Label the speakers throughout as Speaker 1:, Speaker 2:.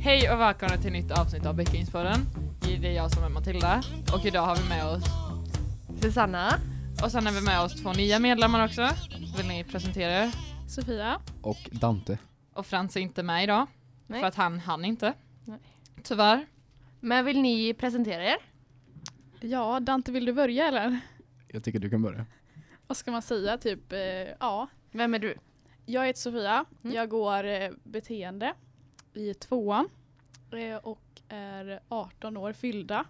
Speaker 1: Hej och välkomna till ett nytt avsnitt av Bäckingspodden. Det är jag som är Matilda och idag har vi med oss
Speaker 2: Susanna.
Speaker 1: och sen har vi med oss två nya medlemmar också. Vill ni presentera er?
Speaker 2: Sofia.
Speaker 3: Och Dante.
Speaker 1: Och Frans är inte med idag
Speaker 2: Nej.
Speaker 1: för att han hann inte.
Speaker 2: Nej.
Speaker 1: Tyvärr.
Speaker 2: Men vill ni presentera er?
Speaker 4: Ja, Dante, vill du börja eller?
Speaker 3: Jag tycker du kan börja.
Speaker 4: Vad ska man säga? Typ, eh, ja.
Speaker 2: Vem är du?
Speaker 4: Jag heter Sofia.
Speaker 2: Mm.
Speaker 4: Jag går eh, beteende i tvåan eh, och är 18 år fyllda.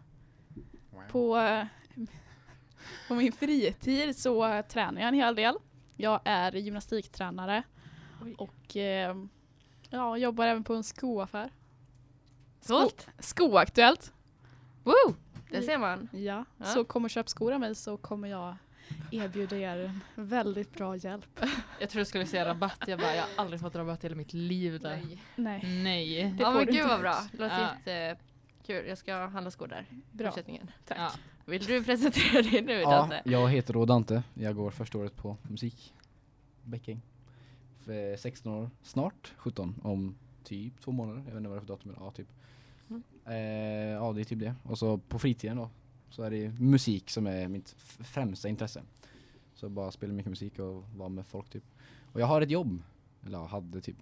Speaker 4: På, eh, på min fritid så eh, tränar jag en hel del. Jag är gymnastiktränare
Speaker 2: Oj.
Speaker 4: och eh, ja, jobbar även på en skoaffär.
Speaker 2: Stolt.
Speaker 4: Skoaktuellt.
Speaker 1: Woo!
Speaker 2: Det ser man.
Speaker 4: Ja.
Speaker 2: Ja.
Speaker 4: Så kommer köp skor av mig så kommer jag erbjuda er en väldigt bra hjälp.
Speaker 1: Jag tror du skulle säga rabatt. Jag bara, jag har aldrig fått rabatt i hela mitt liv där. Nej.
Speaker 4: Nej, det
Speaker 2: Ja
Speaker 4: får
Speaker 2: men
Speaker 4: du
Speaker 2: gud
Speaker 4: inte.
Speaker 2: vad bra. Det låter
Speaker 1: Ja.
Speaker 2: jättekul. Jag ska handla skor där.
Speaker 4: Bra.
Speaker 2: Fortsättningen.
Speaker 4: Tack.
Speaker 1: Ja.
Speaker 2: Vill du presentera dig nu
Speaker 3: Ja,
Speaker 2: Dante?
Speaker 3: jag heter då Dante. Jag går första året på musik. Bäcking. För 16 år snart. 17 om typ två månader. Jag vet inte vad det är för datum. men Ja, typ.
Speaker 2: Mm.
Speaker 3: Eh, ja, det är typ det. Och så på fritiden då. Så är det musik som är mitt f- främsta intresse. Så bara spela mycket musik och vara med folk typ. Och jag har ett jobb. Eller ja, hade typ.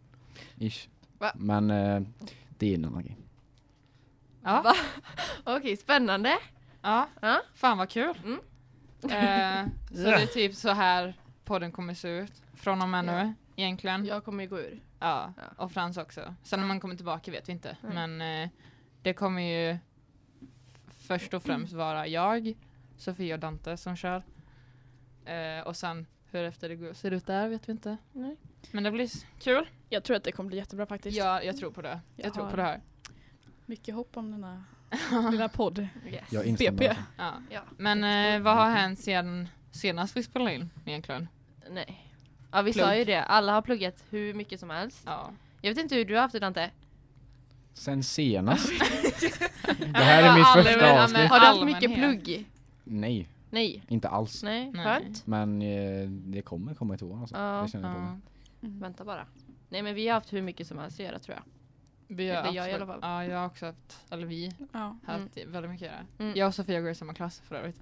Speaker 3: Ish.
Speaker 2: Va?
Speaker 3: Men eh, det är en annan grej.
Speaker 1: Ja.
Speaker 2: Va? Okej, spännande.
Speaker 1: ja.
Speaker 2: Ja.
Speaker 1: Fan vad kul.
Speaker 2: Mm.
Speaker 1: Eh, så det är typ så här podden kommer se ut från och med nu egentligen.
Speaker 2: Jag kommer ju gå ur.
Speaker 1: Ja,
Speaker 2: Ja.
Speaker 1: och Frans också. Sen när man kommer tillbaka vet vi inte.
Speaker 2: Nej.
Speaker 1: Men eh, det kommer ju först och främst vara jag, Sofia och Dante som kör. Eh, och sen hur efter det går, ser ut där vet vi inte.
Speaker 2: Nej.
Speaker 1: Men det blir s- kul.
Speaker 4: Jag tror att det kommer bli jättebra faktiskt.
Speaker 1: Ja, jag tror på det. Jag,
Speaker 4: Jag
Speaker 1: tror
Speaker 4: har-
Speaker 1: på det här.
Speaker 4: Mycket hopp om denna lilla podd.
Speaker 2: Yes.
Speaker 3: Jag
Speaker 4: instämmer BP. alltså.
Speaker 1: Ja.
Speaker 2: Ja.
Speaker 1: Men eh, vad har hänt sedan senast vi spelade in egentligen?
Speaker 2: Nej. Ja vi
Speaker 1: Plugg.
Speaker 2: sa ju det. Alla har pluggat hur mycket som helst.
Speaker 1: Ja.
Speaker 2: Jag vet inte hur du har haft det Dante.
Speaker 3: Sen senast. det här är mitt
Speaker 1: Allmän-
Speaker 3: första
Speaker 1: allmän-
Speaker 3: avsnitt.
Speaker 2: Har du haft
Speaker 1: Allmänhet.
Speaker 2: mycket plugg?
Speaker 3: Nej,
Speaker 2: Nej.
Speaker 3: inte alls.
Speaker 2: Nej,
Speaker 1: Nej.
Speaker 2: skönt.
Speaker 3: Men eh, det kommer komma i tvåan alltså.
Speaker 2: Ja,
Speaker 3: det känner jag på mig.
Speaker 1: Ja.
Speaker 2: Vänta bara. Nej men vi har haft hur mycket som helst att göra tror jag.
Speaker 1: Vi har
Speaker 2: Eller jag i
Speaker 1: absolut-
Speaker 2: alla fall.
Speaker 1: Ja, jag har också haft, eller vi
Speaker 4: Ja,
Speaker 1: har
Speaker 2: Mm.
Speaker 1: haft väldigt mycket att göra.
Speaker 2: Mm.
Speaker 1: Jag och Sofia går i samma klass för övrigt.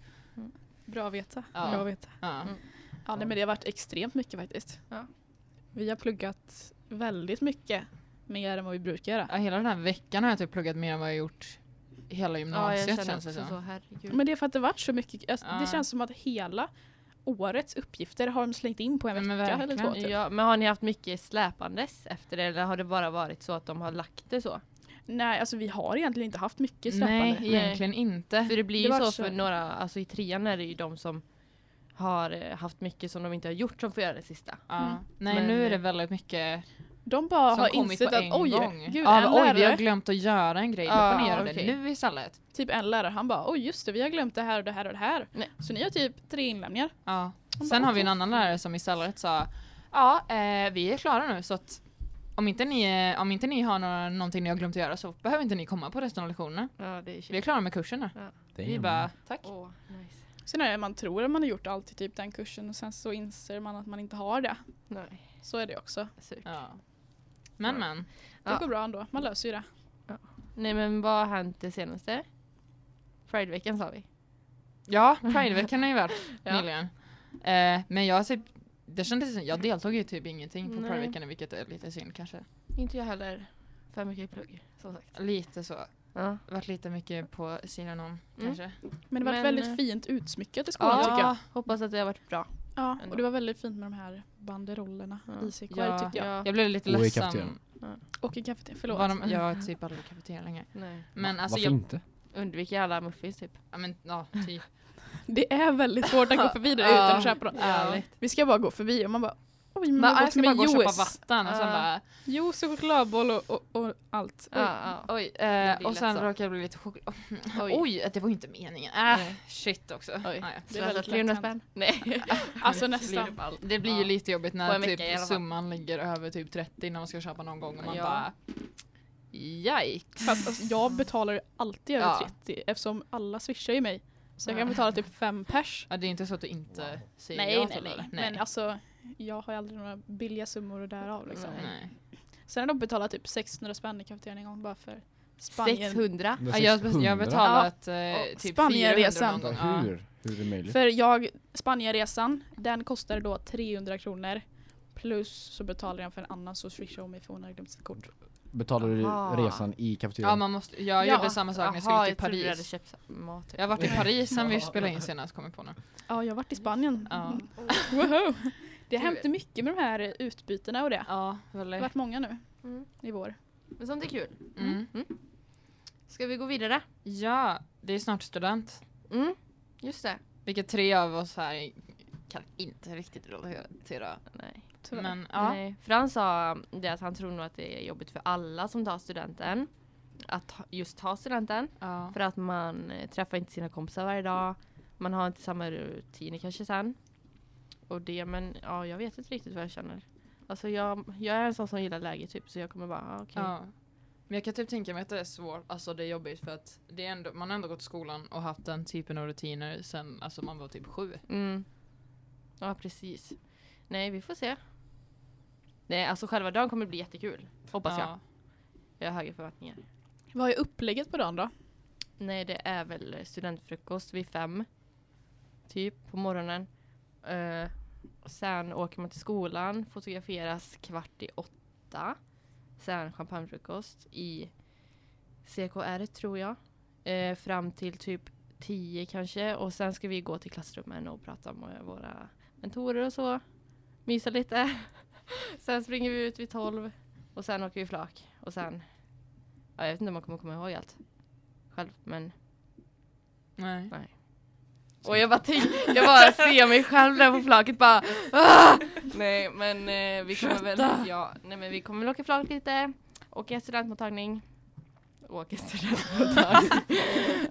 Speaker 4: bra att veta.
Speaker 1: Ja.
Speaker 4: Bra att veta.
Speaker 1: Ja.
Speaker 2: Mm.
Speaker 4: Ja, nej, men det har varit extremt mycket faktiskt.
Speaker 2: Ja.
Speaker 4: Vi har pluggat väldigt mycket. Mer än vad vi brukar göra.
Speaker 1: Ja, hela den här veckan har jag typ pluggat mer än vad jag gjort i hela
Speaker 2: Ja
Speaker 1: gymnasiet
Speaker 2: jag känner
Speaker 1: känns det
Speaker 2: också
Speaker 1: som.
Speaker 2: så, herregud.
Speaker 4: Men det är för att det varit så mycket. Alltså,
Speaker 1: Ja.
Speaker 4: Det känns som att hela årets uppgifter har de slängt in på en
Speaker 1: Ja, men
Speaker 4: vecka eller två.
Speaker 1: verkligen.
Speaker 4: Typ.
Speaker 2: Ja, men har ni haft mycket släpandes efter det eller har det bara varit så att de har lagt det så?
Speaker 4: Nej, alltså vi har egentligen inte haft mycket
Speaker 1: Nej,
Speaker 4: släpande.
Speaker 1: egentligen inte.
Speaker 2: För det blir ju
Speaker 4: Det var
Speaker 2: så,
Speaker 4: så.
Speaker 2: för några, alltså i trean är det ju de som har eh, haft mycket som de inte har gjort som får göra det sista.
Speaker 1: Ja.
Speaker 4: Mm.
Speaker 1: Nej,
Speaker 2: Men-
Speaker 1: nu är det väldigt mycket
Speaker 4: De bara
Speaker 1: som
Speaker 4: har
Speaker 1: kommit
Speaker 4: insett
Speaker 1: på
Speaker 4: att
Speaker 1: en
Speaker 4: oj,
Speaker 1: gång.
Speaker 4: gud,
Speaker 1: ja,
Speaker 4: en
Speaker 1: men, oj, vi har
Speaker 4: lärare,
Speaker 1: glömt att göra en grej. Då
Speaker 2: Ja,
Speaker 1: får ni göra det
Speaker 2: okej.
Speaker 1: nu istället.
Speaker 4: typ en lärare, han bara oj just det, vi har glömt det här och det här och det här.
Speaker 2: Nej.
Speaker 4: Så ni har typ tre inlämningar.
Speaker 1: Ja.
Speaker 4: bara,
Speaker 1: Sen har vi en
Speaker 4: okej.
Speaker 1: annan lärare som istället sa ja, eh, vi är klara nu så att om inte ni, eh, om inte ni har några, någonting ni har glömt att göra så behöver inte ni komma på resten av lektionerna.
Speaker 2: Ja det är
Speaker 1: Vi är klara med kurserna.
Speaker 3: Det är
Speaker 1: Vi
Speaker 3: en-
Speaker 1: bara, tack.
Speaker 2: Åh, nice.
Speaker 4: Sen är det man tror att man har gjort allt i typ den kursen och sen så inser man att man inte har det.
Speaker 2: Nej,
Speaker 4: Så är det också.
Speaker 2: surt.
Speaker 1: Ja. Men men.
Speaker 4: Det
Speaker 2: Ja.
Speaker 4: går bra ändå, man löser ju det.
Speaker 2: Nej men vad har hänt det senaste? Prideveckan sa vi.
Speaker 1: Ja, Prideveckan har ju varit
Speaker 2: Ja.
Speaker 1: nyligen. Eh, men jag typ, det kändes som, jag deltog ju typ ingenting på
Speaker 2: Nej.
Speaker 1: Prideveckan vilket är lite synd kanske.
Speaker 2: Inte jag heller. För mycket plugg, som sagt.
Speaker 1: Lite så,
Speaker 2: Ja.
Speaker 1: varit lite mycket på sidan om
Speaker 2: Mm.
Speaker 1: kanske.
Speaker 4: Men det var
Speaker 2: Men, eh,
Speaker 4: väldigt fint utsmyckat i skolan
Speaker 2: Ja.
Speaker 4: tycker jag.
Speaker 2: Hoppas att det har varit bra.
Speaker 4: Ja,
Speaker 2: ändå.
Speaker 4: och det var väldigt fint med de här banderollerna
Speaker 2: Ja.
Speaker 4: i CKR
Speaker 1: Ja.
Speaker 4: tycker jag.
Speaker 1: Jag blev lite
Speaker 3: Och i
Speaker 1: ledsam.
Speaker 3: kafeterian.
Speaker 4: Och i kafeterian, förlåt.
Speaker 1: Var de, jag har typ aldrig kafeterian längre.
Speaker 2: Nej.
Speaker 1: Men
Speaker 3: Va-
Speaker 1: alltså
Speaker 3: Varför
Speaker 1: jag,
Speaker 3: inte?
Speaker 2: Undviker alla muffins typ.
Speaker 1: ja, men, ja, typ.
Speaker 4: Det är väldigt svårt att gå förbi där
Speaker 1: Ja.
Speaker 4: utan att köpa dem.
Speaker 1: Ärligt.
Speaker 4: Vi ska bara gå förbi och man bara oj,
Speaker 2: Mm,
Speaker 4: men
Speaker 1: Bara, "Ah,
Speaker 4: jag har
Speaker 1: jag
Speaker 4: gått
Speaker 1: ska bara
Speaker 4: med
Speaker 1: gå och köpa
Speaker 4: juice.
Speaker 1: vatten och sen
Speaker 2: Ja.
Speaker 1: bara
Speaker 4: Juice och chokladboll och, och, och allt. Oj.
Speaker 2: Ja, ja.
Speaker 1: oj.
Speaker 2: Det
Speaker 1: Eh,
Speaker 2: blir
Speaker 1: och
Speaker 2: lätt
Speaker 1: sen
Speaker 2: så.
Speaker 1: råkade jag bli lite choklad. Oj. eh,
Speaker 2: Oj.
Speaker 1: det var inte meningen. Äh,
Speaker 2: Nej.
Speaker 1: shit också. Ah, Nej.
Speaker 2: Oj.
Speaker 4: Det är
Speaker 2: Slösat
Speaker 4: väldigt
Speaker 2: 300
Speaker 4: lätt
Speaker 2: spänn? Nej.
Speaker 4: Alltså
Speaker 1: Men det blir
Speaker 4: nästan.
Speaker 1: Det blir ju
Speaker 2: Ja.
Speaker 1: lite jobbigt
Speaker 2: På
Speaker 1: när
Speaker 2: en vecka i alla
Speaker 1: typ
Speaker 2: fall.
Speaker 1: summan ligger över typ 30 när man ska köpa någon gång och man
Speaker 2: Ja.
Speaker 1: bara Yikes.
Speaker 4: Fast alltså, jag betalar ju alltid över
Speaker 1: Ja.
Speaker 4: 30 eftersom alla swishar ju mig. Så jag kan betala typ fem pers.
Speaker 1: Ja, det är inte så att du inte säger
Speaker 2: Nej,
Speaker 1: ja
Speaker 2: nej,
Speaker 1: till
Speaker 2: nej.
Speaker 1: det.
Speaker 4: Men alltså, jag har ju aldrig några billiga summor och därav liksom.
Speaker 2: Nej.
Speaker 1: Nej.
Speaker 4: Sen har de betalat typ 600 spänn i kafeterian en gång bara för Spanien.
Speaker 2: 600.
Speaker 1: Ja, jag, jag har betalat eh,
Speaker 4: Ja,
Speaker 1: typ 400
Speaker 4: Spanienresan.
Speaker 1: någonting.
Speaker 3: Ja, hur? Hur är det möjligt?
Speaker 4: För jag, Spanienresan, den kostade då 300 kronor. Plus så betalade jag för en annan så swishade hon mig för hon hade glömt sitt kort.
Speaker 3: Betalade du
Speaker 2: Aha.
Speaker 3: resan i
Speaker 1: Ja, ja
Speaker 3: kafeterian?
Speaker 1: man måste, jag
Speaker 4: Ja.
Speaker 1: gjorde samma sak när jag
Speaker 2: Jaha,
Speaker 1: skulle till
Speaker 2: trodde du hade
Speaker 1: Paris.
Speaker 2: köpt mat. typ.
Speaker 1: Jag har varit i Paris sen vi spelade in senast, kom jag på nu.
Speaker 4: Ja, jag har varit i Spanien. Mm.
Speaker 1: Ja.
Speaker 2: Mm.
Speaker 4: Wow. Det har hänt mycket med de här utbytena och det.
Speaker 1: Ja,
Speaker 4: Det har
Speaker 1: väldigt.
Speaker 4: varit många nu
Speaker 2: Mm.
Speaker 4: i vår.
Speaker 2: Men sånt är kul.
Speaker 1: Mm.
Speaker 2: Ska vi gå vidare?
Speaker 1: Ja, det är snart student.
Speaker 2: Mm. Just det.
Speaker 1: Vilket tre av oss här kan inte riktigt relatera.
Speaker 2: Nej.
Speaker 4: Tyvärr.
Speaker 1: Men ja.
Speaker 2: Nej, för han sa um, det att han tror nog att det är jobbigt för alla som tar studenten. Att ta- just ta studenten.
Speaker 1: ja.
Speaker 2: För att man eh, träffar inte sina kompisar varje dag. Man har inte samma rutiner kanske sen. Och det, men ja, jag vet inte riktigt vad jag känner. Alltså jag, jag är en sån som gillar läge typ så jag kommer bara, ah, okej.
Speaker 1: ja. Men jag kan typ tänka mig att det är svårt, alltså det är jobbigt för att det är ändå, man har ändå gått i skolan och haft den typen av rutiner sen alltså man var typ sju.
Speaker 2: Mm. Ja, precis. Nej, vi får se. Nej, alltså själva dagen kommer bli jättekul. Hoppas jag.
Speaker 1: Ja.
Speaker 2: Jag har höga förväntningar.
Speaker 4: Vad är upplägget på dagen då?
Speaker 2: Nej, det är väl studentfrukost vid fem. Typ på morgonen. Eh, och sen åker man till skolan, fotograferas kvart i åtta. Sen champagnefrukost i CKR tror jag. Eh, fram till typ tio kanske. Och sen ska vi gå till klassrummen och prata med våra mentorer och så. Mysa lite. sen springer vi ut vid tolv. Och sen åker vi flak. Och sen, ja, jag vet inte om man kommer komma ihåg allt själv men
Speaker 1: Nej.
Speaker 2: och jag bara, tänk, jag bara ser mig själv där på flaket bara "Ah!" Nej men eh, vi kommer väl ja, nej, men vi kommer väl åka flak lite Åka studentmottagning Åka studentmottagning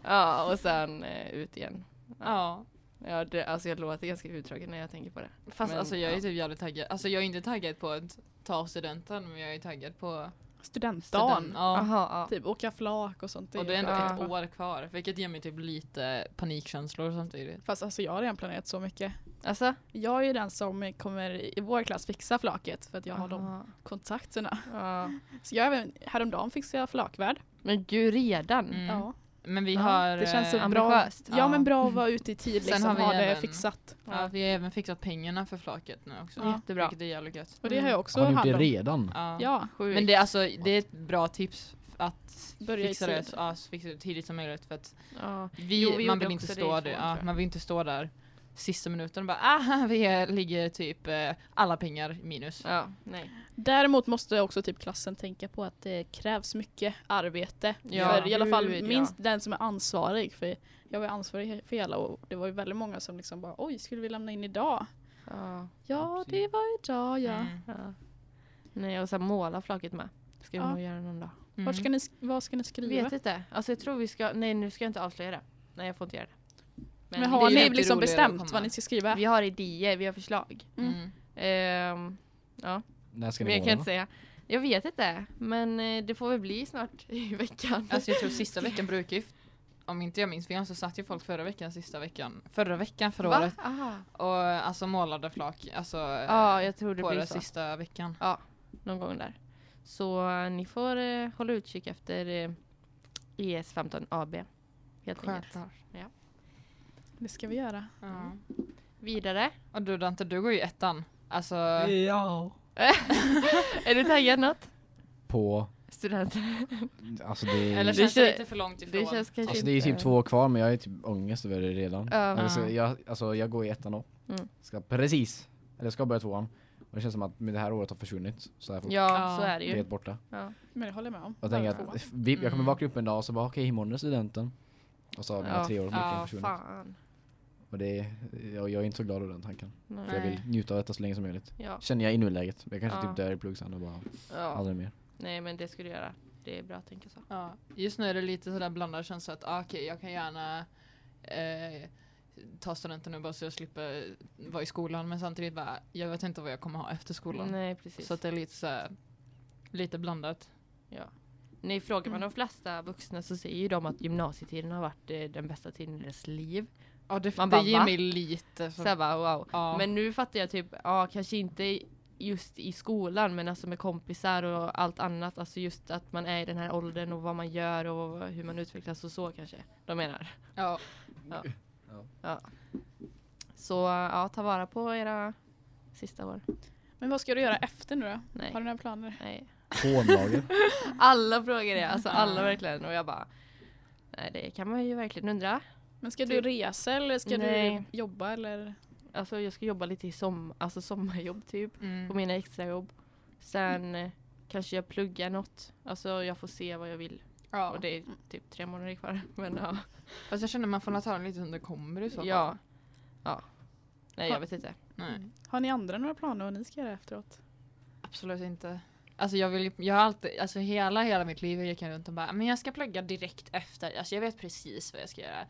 Speaker 2: Ja och sen eh, ut igen
Speaker 1: Ja.
Speaker 2: ja, det, Alltså jag låter ganska uttråkad när jag tänker på det
Speaker 1: Fast
Speaker 2: Men,
Speaker 1: alltså jag är
Speaker 2: ja.
Speaker 1: typ jävligt taggad. Alltså jag är inte taggad på att ta studenten men jag är taggad på
Speaker 4: Studentdagen.
Speaker 1: Ja.
Speaker 2: Aha, ja.
Speaker 4: Typ åka flak och sånt.
Speaker 1: Och det är ändå
Speaker 2: Ja.
Speaker 1: ett år kvar vilket ger mig typ lite panikkänslor samtidigt.
Speaker 4: Fast alltså jag har redan planerat så mycket.
Speaker 2: Alltså?
Speaker 4: Jag är ju den som kommer i vår klass fixa flaket för att jag har
Speaker 1: Ah.
Speaker 4: de
Speaker 2: Aha,
Speaker 4: kontakterna.
Speaker 2: ja.
Speaker 4: Så jag även, häromdagen fixade jag flakvärd.
Speaker 2: Men gud redan?
Speaker 1: Mm.
Speaker 4: Ja.
Speaker 1: Men vi
Speaker 2: Ja,
Speaker 1: har...
Speaker 4: det känns så
Speaker 1: eh,
Speaker 4: bra.
Speaker 2: Ambitiöst
Speaker 4: Ja,
Speaker 1: Ja.
Speaker 4: men bra att vara ute i tid
Speaker 1: Sen
Speaker 4: liksom,
Speaker 1: har vi
Speaker 4: ha det
Speaker 1: även-
Speaker 4: fixat.
Speaker 1: Ja, vi har även fixat pengarna för flaket nu också.
Speaker 4: Ja.
Speaker 2: Jättebra.
Speaker 1: Vilket är jävligt gött.
Speaker 4: Och det har jag också
Speaker 3: Har ni gjort
Speaker 4: hand
Speaker 3: det
Speaker 4: om.
Speaker 3: redan?
Speaker 1: Ja.
Speaker 4: Ja,
Speaker 2: Sjukt
Speaker 1: Men det, är alltså, det är ett bra tips att
Speaker 4: Börja i
Speaker 1: fixa det,
Speaker 4: tid.
Speaker 1: ja, fixa det tidigt som möjligt. För att
Speaker 2: ja.
Speaker 1: vi,
Speaker 2: Jo, vi
Speaker 1: man,
Speaker 2: gjorde
Speaker 1: vill inte
Speaker 2: också det
Speaker 1: stå där,
Speaker 2: i tvåan,
Speaker 1: ja,
Speaker 2: tror jag.
Speaker 1: man vill inte stå där sista minuten och bara ah, vi är- ligger typ eh, alla pengar minus.
Speaker 2: ja, nej
Speaker 4: Däremot måste också typ klassen tänka på att det krävs mycket arbete.
Speaker 2: Ja,
Speaker 4: för i alla fall
Speaker 2: gud, ja.
Speaker 4: minst den som är ansvarig. För jag var ju ansvarig för hela och det var ju väldigt många som liksom bara oj, skulle vi lämna in idag?
Speaker 2: ja.
Speaker 4: Ja, det var idag ja.
Speaker 1: Mm.
Speaker 2: Ja. Nej, och sen måla flaket med. Ska vi
Speaker 4: Ja.
Speaker 2: nog göra någon dag.
Speaker 1: Mm.
Speaker 4: Vart ska ni, sk- vad ska ni skriva?
Speaker 2: Vet inte. Alltså jag tror vi ska, nej nu ska jag inte avslöja det. Nej jag får inte göra det.
Speaker 4: Men,
Speaker 1: det
Speaker 4: har
Speaker 1: är ju
Speaker 4: ni
Speaker 1: alltid
Speaker 4: liksom
Speaker 1: roligare att
Speaker 4: bestämt
Speaker 1: komma.
Speaker 4: vad ni ska skriva?
Speaker 2: Vi har idéer, vi har förslag.
Speaker 1: Mm.
Speaker 2: Ehm,
Speaker 3: När ska
Speaker 2: men jag
Speaker 3: ni
Speaker 2: kan
Speaker 3: måla?
Speaker 2: inte säga. Jag vet inte. Men eh, det får väl bli snart i veckan.
Speaker 1: Alltså jag tror sista veckan brukar ju, om inte jag minns fel så satt ju folk förra veckan, sista veckan, förra veckan förra
Speaker 2: Va?
Speaker 1: året
Speaker 2: Ah.
Speaker 1: och alltså målade flak alltså,
Speaker 2: Ja, jag tror det
Speaker 1: på
Speaker 2: blir
Speaker 1: den
Speaker 2: så.
Speaker 1: sista veckan.
Speaker 2: Någon gång där. Så eh, ni får eh, hålla utkik efter eh, ES15 AB. Helt enkelt.
Speaker 1: Självklart.
Speaker 4: Det ska vi göra.
Speaker 1: Ja.
Speaker 2: Vidare.
Speaker 1: Och du Dante, du går ju i ettan. Alltså,
Speaker 3: Ja.
Speaker 2: Är du taggad något?
Speaker 3: På,
Speaker 2: Studenten.
Speaker 3: alltså det
Speaker 1: eller
Speaker 3: är,
Speaker 1: känns det
Speaker 2: kän-
Speaker 1: lite för långt ifrån?
Speaker 2: Det känns kanske
Speaker 3: alltså det är ju typ
Speaker 2: inte-
Speaker 3: två år kvar men jag är typ ångest över det redan.
Speaker 2: Ja.
Speaker 3: Alltså, jag, alltså jag går i ettan då.
Speaker 2: Mm.
Speaker 3: Ska precis, eller jag ska börja tvåan. Och det känns som att med det här året har försvunnit. Så är folk
Speaker 2: Ja,
Speaker 1: Ja.
Speaker 2: så är det ju.
Speaker 3: helt borta.
Speaker 2: Ja.
Speaker 4: Men det håller jag med om.
Speaker 3: Jag tänker
Speaker 4: Tvåan.
Speaker 3: att vi, jag kommer
Speaker 1: Mm.
Speaker 3: vakna upp en dag och så bara okej imorgon är studenten. Och så har mina
Speaker 2: Ja,
Speaker 3: tre år
Speaker 1: ja,
Speaker 3: ja, försvunnit.
Speaker 2: Fan.
Speaker 3: Och det är, jag, jag är inte så glad över den tanken. För jag
Speaker 2: Nej.
Speaker 3: vill njuta av detta så länge som möjligt.
Speaker 2: Ja.
Speaker 3: Känner jag i nuläget. Jag kanske
Speaker 2: Ja.
Speaker 3: typ dör i plugg sen och bara
Speaker 2: Ja.
Speaker 3: aldrig mer.
Speaker 2: Nej men det ska du göra. Det är bra att tänka så.
Speaker 1: Ja, just nu är det lite sådär blandad känsla att ah, okej, jag kan gärna eh, ta studenten nu bara så jag slipper vara i skolan men samtidigt bara, jag vet inte vad jag kommer ha efter skolan.
Speaker 2: Nej precis.
Speaker 1: Så att det är lite såhär, lite blandat.
Speaker 2: Nej, frågar man de flesta vuxna så säger ju de att gymnasietiden har varit eh, den bästa tiden i deras liv.
Speaker 1: Ja, det,
Speaker 2: Man
Speaker 1: det
Speaker 2: bara,
Speaker 1: ger
Speaker 2: va?
Speaker 1: mig lite.
Speaker 2: Så
Speaker 1: Så,
Speaker 2: jag bara wow.
Speaker 1: ja.
Speaker 2: Men nu fattar jag typ, ja kanske inte just i skolan men alltså med kompisar och allt annat. Alltså just att man är i den här åldern och vad man gör och hur man utvecklas och så kanske de menar.
Speaker 1: Ja,
Speaker 2: Så ja, ta vara på era sista år.
Speaker 4: Men vad ska du göra efter nu då?
Speaker 2: Nej.
Speaker 4: Har du några planer?
Speaker 2: Nej.
Speaker 3: Hånlager.
Speaker 2: Alla frågar det, alltså alla verkligen. Och jag bara, nej det kan man ju verkligen undra.
Speaker 4: Men ska du
Speaker 2: Typ-
Speaker 4: resa eller ska
Speaker 2: Nej.
Speaker 4: du jobba eller?
Speaker 2: Alltså jag ska jobba lite i som, alltså sommarjobb typ, på
Speaker 1: mm.
Speaker 2: mina extrajobb. Sen eh, kanske jag pluggar något, alltså jag får se vad jag vill.
Speaker 1: ja.
Speaker 2: Och det är typ tre månader kvar. Men ja.
Speaker 1: Fast jag känner man får ta den lite som det kommer i så fall.
Speaker 2: Ja. Mm. ja. Nej jag vet inte.
Speaker 1: Nej,
Speaker 4: Har ni andra några planer vad ni ska göra efteråt?
Speaker 1: absolut inte. Alltså jag vill jag har alltid, alltså hela, hela mitt liv gick jag runt och bara, men jag ska plugga direkt efter, alltså jag vet precis vad jag ska göra.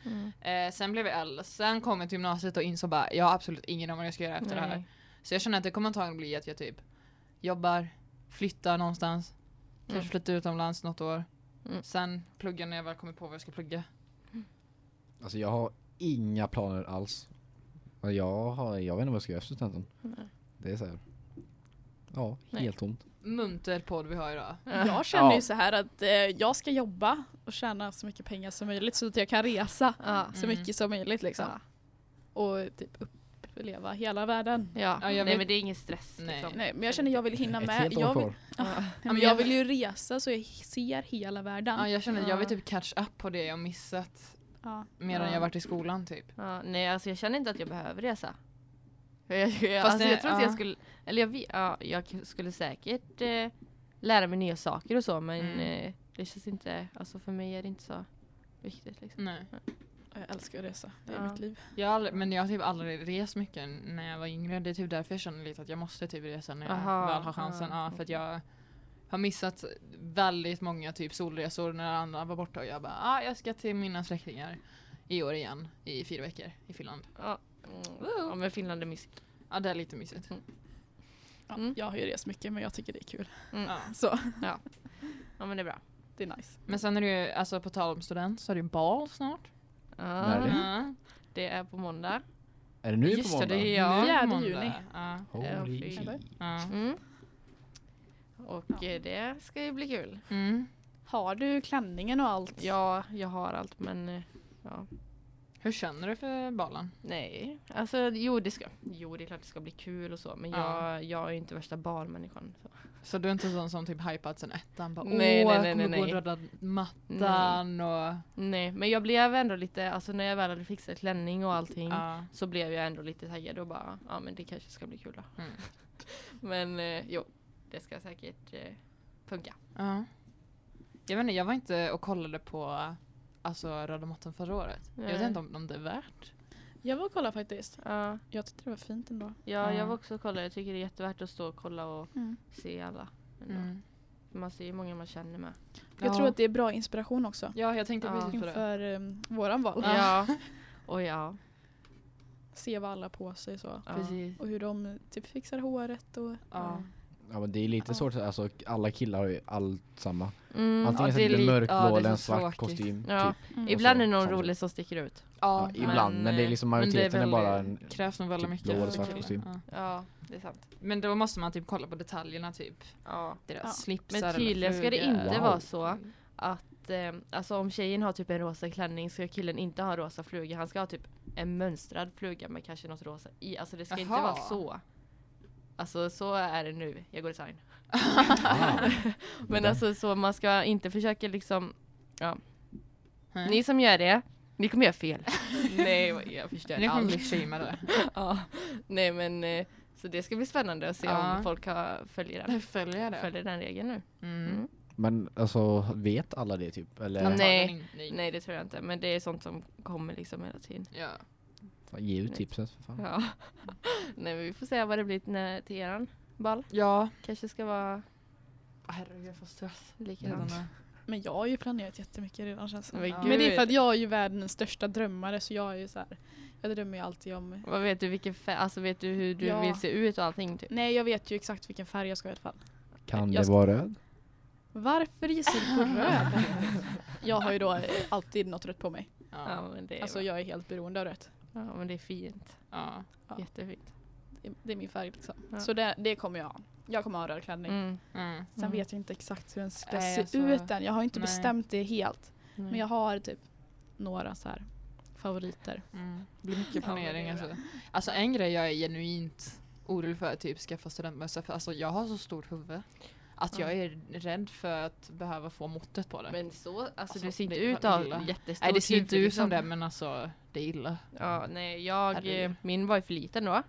Speaker 1: Eh, sen blev jag äldre, sen kom jag till gymnasiet och insåg bara, jag har absolut ingen aning vad jag ska göra efter det här.
Speaker 2: Nej.
Speaker 1: Så jag känner att det kommer antagligen bli att jag typ jobbar, flyttar någonstans, kanske
Speaker 2: Mm.
Speaker 1: flyttar utomlands något år.
Speaker 2: Mm.
Speaker 1: Sen pluggar när jag väl kommer på vad jag ska plugga.
Speaker 3: Alltså jag har inga planer alls. Men Jag, har, jag vet inte vad jag ska göra efter studenten.
Speaker 2: Nej.
Speaker 3: Det är så här. Ja,
Speaker 2: Nej.
Speaker 3: helt tomt.
Speaker 1: Munter podd vi har idag.
Speaker 4: Jag känner
Speaker 3: Ja.
Speaker 4: ju så här att eh, jag ska jobba och tjäna så mycket pengar som möjligt så att jag kan resa
Speaker 2: Ja.
Speaker 4: så
Speaker 1: Mm.
Speaker 4: mycket som möjligt liksom.
Speaker 2: Ja.
Speaker 4: Och typ uppleva hela världen.
Speaker 2: Ja.
Speaker 1: Ja, jag
Speaker 2: Nej
Speaker 1: vet-
Speaker 2: men det är ingen stress.
Speaker 1: Nej.
Speaker 2: Liksom.
Speaker 4: Nej men jag känner jag vill hinna
Speaker 3: Ett
Speaker 4: med.
Speaker 3: helt år
Speaker 4: Jag vill,
Speaker 3: kvar.
Speaker 2: Ja.
Speaker 4: Nej, men jag vill ju resa så jag ser hela
Speaker 1: Ja,
Speaker 4: världen.
Speaker 1: jag känner att jag vill
Speaker 2: Ja.
Speaker 1: typ catch up på det jag missat
Speaker 4: Ja.
Speaker 1: medan
Speaker 2: Ja.
Speaker 1: jag varit i skolan typ.
Speaker 2: Ja, nej alltså jag känner inte att jag behöver resa. Jag, jag,
Speaker 1: Fast
Speaker 2: alltså,
Speaker 1: det-
Speaker 2: jag tror inte jag
Speaker 1: ja.
Speaker 2: skulle, eller jag, vi- ja, jag k- skulle säkert eh, lära mig nya saker och så men
Speaker 1: Mm.
Speaker 2: eh, det känns inte, alltså för mig är det inte så viktigt liksom.
Speaker 1: Nej.
Speaker 4: Jag älskar att resa, det är
Speaker 2: Ja.
Speaker 4: mitt liv.
Speaker 1: Jag har aldrig, men jag har typ aldrig rest mycket när jag var yngre. Det är typ därför jag känner lite att jag måste typ resa när jag
Speaker 2: Aha,
Speaker 1: väl har chansen.
Speaker 2: ja,
Speaker 1: Ja, för att jag har missat väldigt många typ solresor när andra var borta och jag bara ah, jag ska till mina släktingar i år igen i fyra veckor i Finland.
Speaker 2: Ja, ja men Finland är mysigt.
Speaker 1: Ja det är lite mysigt.
Speaker 4: Ja,
Speaker 2: Mm.
Speaker 4: Jag har ju rest mycket men jag tycker det är kul.
Speaker 2: Mm.
Speaker 1: Ja.
Speaker 4: Så
Speaker 2: Ja men det är bra.
Speaker 4: det är nice.
Speaker 1: Men sen är det ju, alltså på tal om student så är det ju bal snart.
Speaker 2: Ja,
Speaker 3: När är det?
Speaker 1: Ja.
Speaker 2: det är på måndag.
Speaker 3: Är det nu
Speaker 1: Just
Speaker 3: på
Speaker 1: det,
Speaker 3: måndag?
Speaker 1: det är jag.
Speaker 4: Nu är det
Speaker 1: måndag.
Speaker 4: juni.
Speaker 1: Ja.
Speaker 2: Ja,
Speaker 3: Holy
Speaker 2: fy.
Speaker 3: shit.
Speaker 1: ja.
Speaker 2: Mm. Och eh, det ska ju bli kul.
Speaker 1: Mm.
Speaker 4: Har du klänningen och allt?
Speaker 2: Ja, jag har allt men eh, ja.
Speaker 1: Hur känner du för balen?
Speaker 2: Nej, alltså jo det, ska, jo det är klart det ska bli kul och så men
Speaker 1: Ja.
Speaker 2: jag, jag är ju inte värsta barnmänniskan. Så.
Speaker 1: Så du är inte sån som typ hypat sen ettan? Bara,
Speaker 2: Nej, nej,
Speaker 1: Åh,
Speaker 2: nej,
Speaker 1: jag kommer
Speaker 2: nej,
Speaker 1: gå
Speaker 2: nej.
Speaker 1: och rädda mattan och...
Speaker 2: Nej, men jag blev ändå lite, alltså när jag väl hade fixat klänning och allting
Speaker 1: Ja.
Speaker 2: så blev jag ändå lite taggad och bara, ja men det kanske ska bli kul då.
Speaker 1: Mm.
Speaker 2: Men eh, jo, det ska säkert eh, funka.
Speaker 1: ja. Jag vet inte, jag var inte och kollade på alltså, röda mattan förra året. Jag vet
Speaker 2: Nej.
Speaker 1: inte om, om det är värt.
Speaker 4: Jag var och kollade faktiskt.
Speaker 2: Ja,
Speaker 4: Jag tyckte det var fint ändå.
Speaker 2: ja
Speaker 1: Ja.
Speaker 2: jag var också och kollade, jag tycker det är jättevärt att stå och kolla och se alla. ändå.
Speaker 1: Mm.
Speaker 2: Man ser ju många man känner med.
Speaker 4: Jag tror att det är bra inspiration också.
Speaker 1: Ja, jag tänkte
Speaker 2: Ja.
Speaker 1: precis på det.
Speaker 4: Inför um, våran val.
Speaker 1: Ja.
Speaker 2: Ja, och ja.
Speaker 4: Se vad alla har på sig så.
Speaker 2: ja.
Speaker 1: Precis.
Speaker 4: Och hur de eh, typ fixar håret och...
Speaker 1: Ja.
Speaker 3: Ja men det är lite
Speaker 4: Ja.
Speaker 3: svårt, alltså alla killar har ju allt samma.
Speaker 2: Mm.
Speaker 3: Antingen
Speaker 1: ja,
Speaker 3: så
Speaker 1: det är
Speaker 3: är det
Speaker 1: lite-
Speaker 3: mörkblå
Speaker 1: ja, det är
Speaker 3: eller en
Speaker 1: så
Speaker 3: svart
Speaker 1: tråkigt.
Speaker 3: kostym.
Speaker 2: Ja.
Speaker 3: Typ.
Speaker 4: Mm.
Speaker 2: Ibland är det
Speaker 3: Och så
Speaker 2: någon
Speaker 3: samtidigt.
Speaker 2: rolig som sticker ut.
Speaker 1: Ja,
Speaker 3: Ja,
Speaker 1: men-
Speaker 3: ibland, men, det är
Speaker 2: eh,
Speaker 3: liksom
Speaker 1: men det är
Speaker 3: majoriteten
Speaker 1: väldigt-
Speaker 3: är, bara en...
Speaker 1: krävs nog väldigt
Speaker 3: typ
Speaker 1: mycket.
Speaker 3: blå
Speaker 1: för
Speaker 2: eller
Speaker 1: att
Speaker 2: svart
Speaker 1: det.
Speaker 3: kostym.
Speaker 1: Ja.
Speaker 2: Ja, det är sant.
Speaker 1: Men då måste man typ kolla på detaljerna, typ
Speaker 2: Ja.
Speaker 1: deras
Speaker 4: Ja.
Speaker 1: slipsar
Speaker 2: Men
Speaker 1: eller Mm.
Speaker 2: tydligen ska det
Speaker 1: flugor.
Speaker 2: inte
Speaker 3: Wow.
Speaker 2: vara så att eh, alltså om tjejen har typ en rosa klänning ska killen inte ha en rosa fluga. Han ska ha typ en mönstrad fluga med kanske något rosa i. Alltså det ska inte
Speaker 1: Jaha.
Speaker 2: vara så. Alltså så är det nu. Jag går design.
Speaker 3: Ah,
Speaker 2: Men
Speaker 3: där.
Speaker 2: alltså så man ska inte försöka liksom.
Speaker 1: Nej.
Speaker 2: Ni som gör det, ni kommer göra fel. Nej vad- jag förstör
Speaker 1: Ni kommer bli
Speaker 2: allt.
Speaker 1: streamade.
Speaker 2: Ja. Nej men eh, så det ska bli spännande att se
Speaker 1: Ja.
Speaker 2: om folk har, följer, den,
Speaker 1: Följer det?
Speaker 2: följer den regeln nu.
Speaker 1: Mm.
Speaker 3: men alltså vet alla det typ? Eller
Speaker 2: Nej.
Speaker 1: Antagligen in-
Speaker 2: Nej det tror jag inte men det är sånt som kommer liksom hela tiden.
Speaker 1: Ja.
Speaker 3: Fan, ge ut tipset för fan.
Speaker 2: Ja. Nej men vi får se vad det blir när, till eran ball.
Speaker 1: ja.
Speaker 2: Kanske ska vara
Speaker 1: Herregud jag får stress. redan
Speaker 2: likadant.
Speaker 1: nu.
Speaker 4: Men jag har ju planerat jättemycket redan känns det som.
Speaker 2: Men
Speaker 1: Ja.
Speaker 2: gud.
Speaker 4: Men det är för att jag är ju världens största drömmare så jag är ju så här. Jag drömmer ju alltid om...
Speaker 2: Vad vet du vilken färg, alltså vet du hur du
Speaker 4: Ja.
Speaker 2: vill se ut och allting typ?
Speaker 4: Nej jag vet ju exakt vilken färg jag ska ha i alla fall.
Speaker 3: Kan
Speaker 4: Jag
Speaker 3: det
Speaker 4: ska-
Speaker 3: vara röd?
Speaker 4: Varför gissar du på röd? jag har ju då eh, alltid något rött på mig.
Speaker 1: Ja.
Speaker 2: Ja Alltså, men det är,
Speaker 4: Alltså jag är helt beroende av rött.
Speaker 2: ja, men det är fint.
Speaker 1: Ja.
Speaker 4: Ja.
Speaker 2: Jättefint.
Speaker 4: det är min färg liksom.
Speaker 2: Ja.
Speaker 4: Så det, det kommer jag ha. Jag kommer ha röd klänning.
Speaker 2: Mm.
Speaker 1: Mm.
Speaker 4: Sen
Speaker 2: Mm.
Speaker 4: vet jag inte exakt hur den ska
Speaker 1: Nej,
Speaker 4: se
Speaker 1: alltså,
Speaker 4: ut än. Jag har inte
Speaker 1: nej.
Speaker 4: bestämt det helt. Men jag
Speaker 2: jag,
Speaker 4: har typ några så här favoriter.
Speaker 1: Mm. Det blir mycket
Speaker 4: Ja, men det är
Speaker 1: planering
Speaker 4: bra.
Speaker 1: alltså. Alltså en grej jag är genuint orolig för är typ skaffa studentmössa för alltså jag har så stort huvud. Att jag är rädd för att behöver få måttet på det.
Speaker 2: men så, alltså,
Speaker 1: Alltså,
Speaker 2: du ser inte
Speaker 1: det är
Speaker 2: ut av
Speaker 1: illa.
Speaker 2: jättestor
Speaker 1: Nej det ser inte
Speaker 2: kille,
Speaker 1: ut
Speaker 2: liksom.
Speaker 1: som det men alltså det är illa.
Speaker 2: Ja, nej, jag,
Speaker 1: Mm. Herregud.
Speaker 2: eh, min var ju för liten då.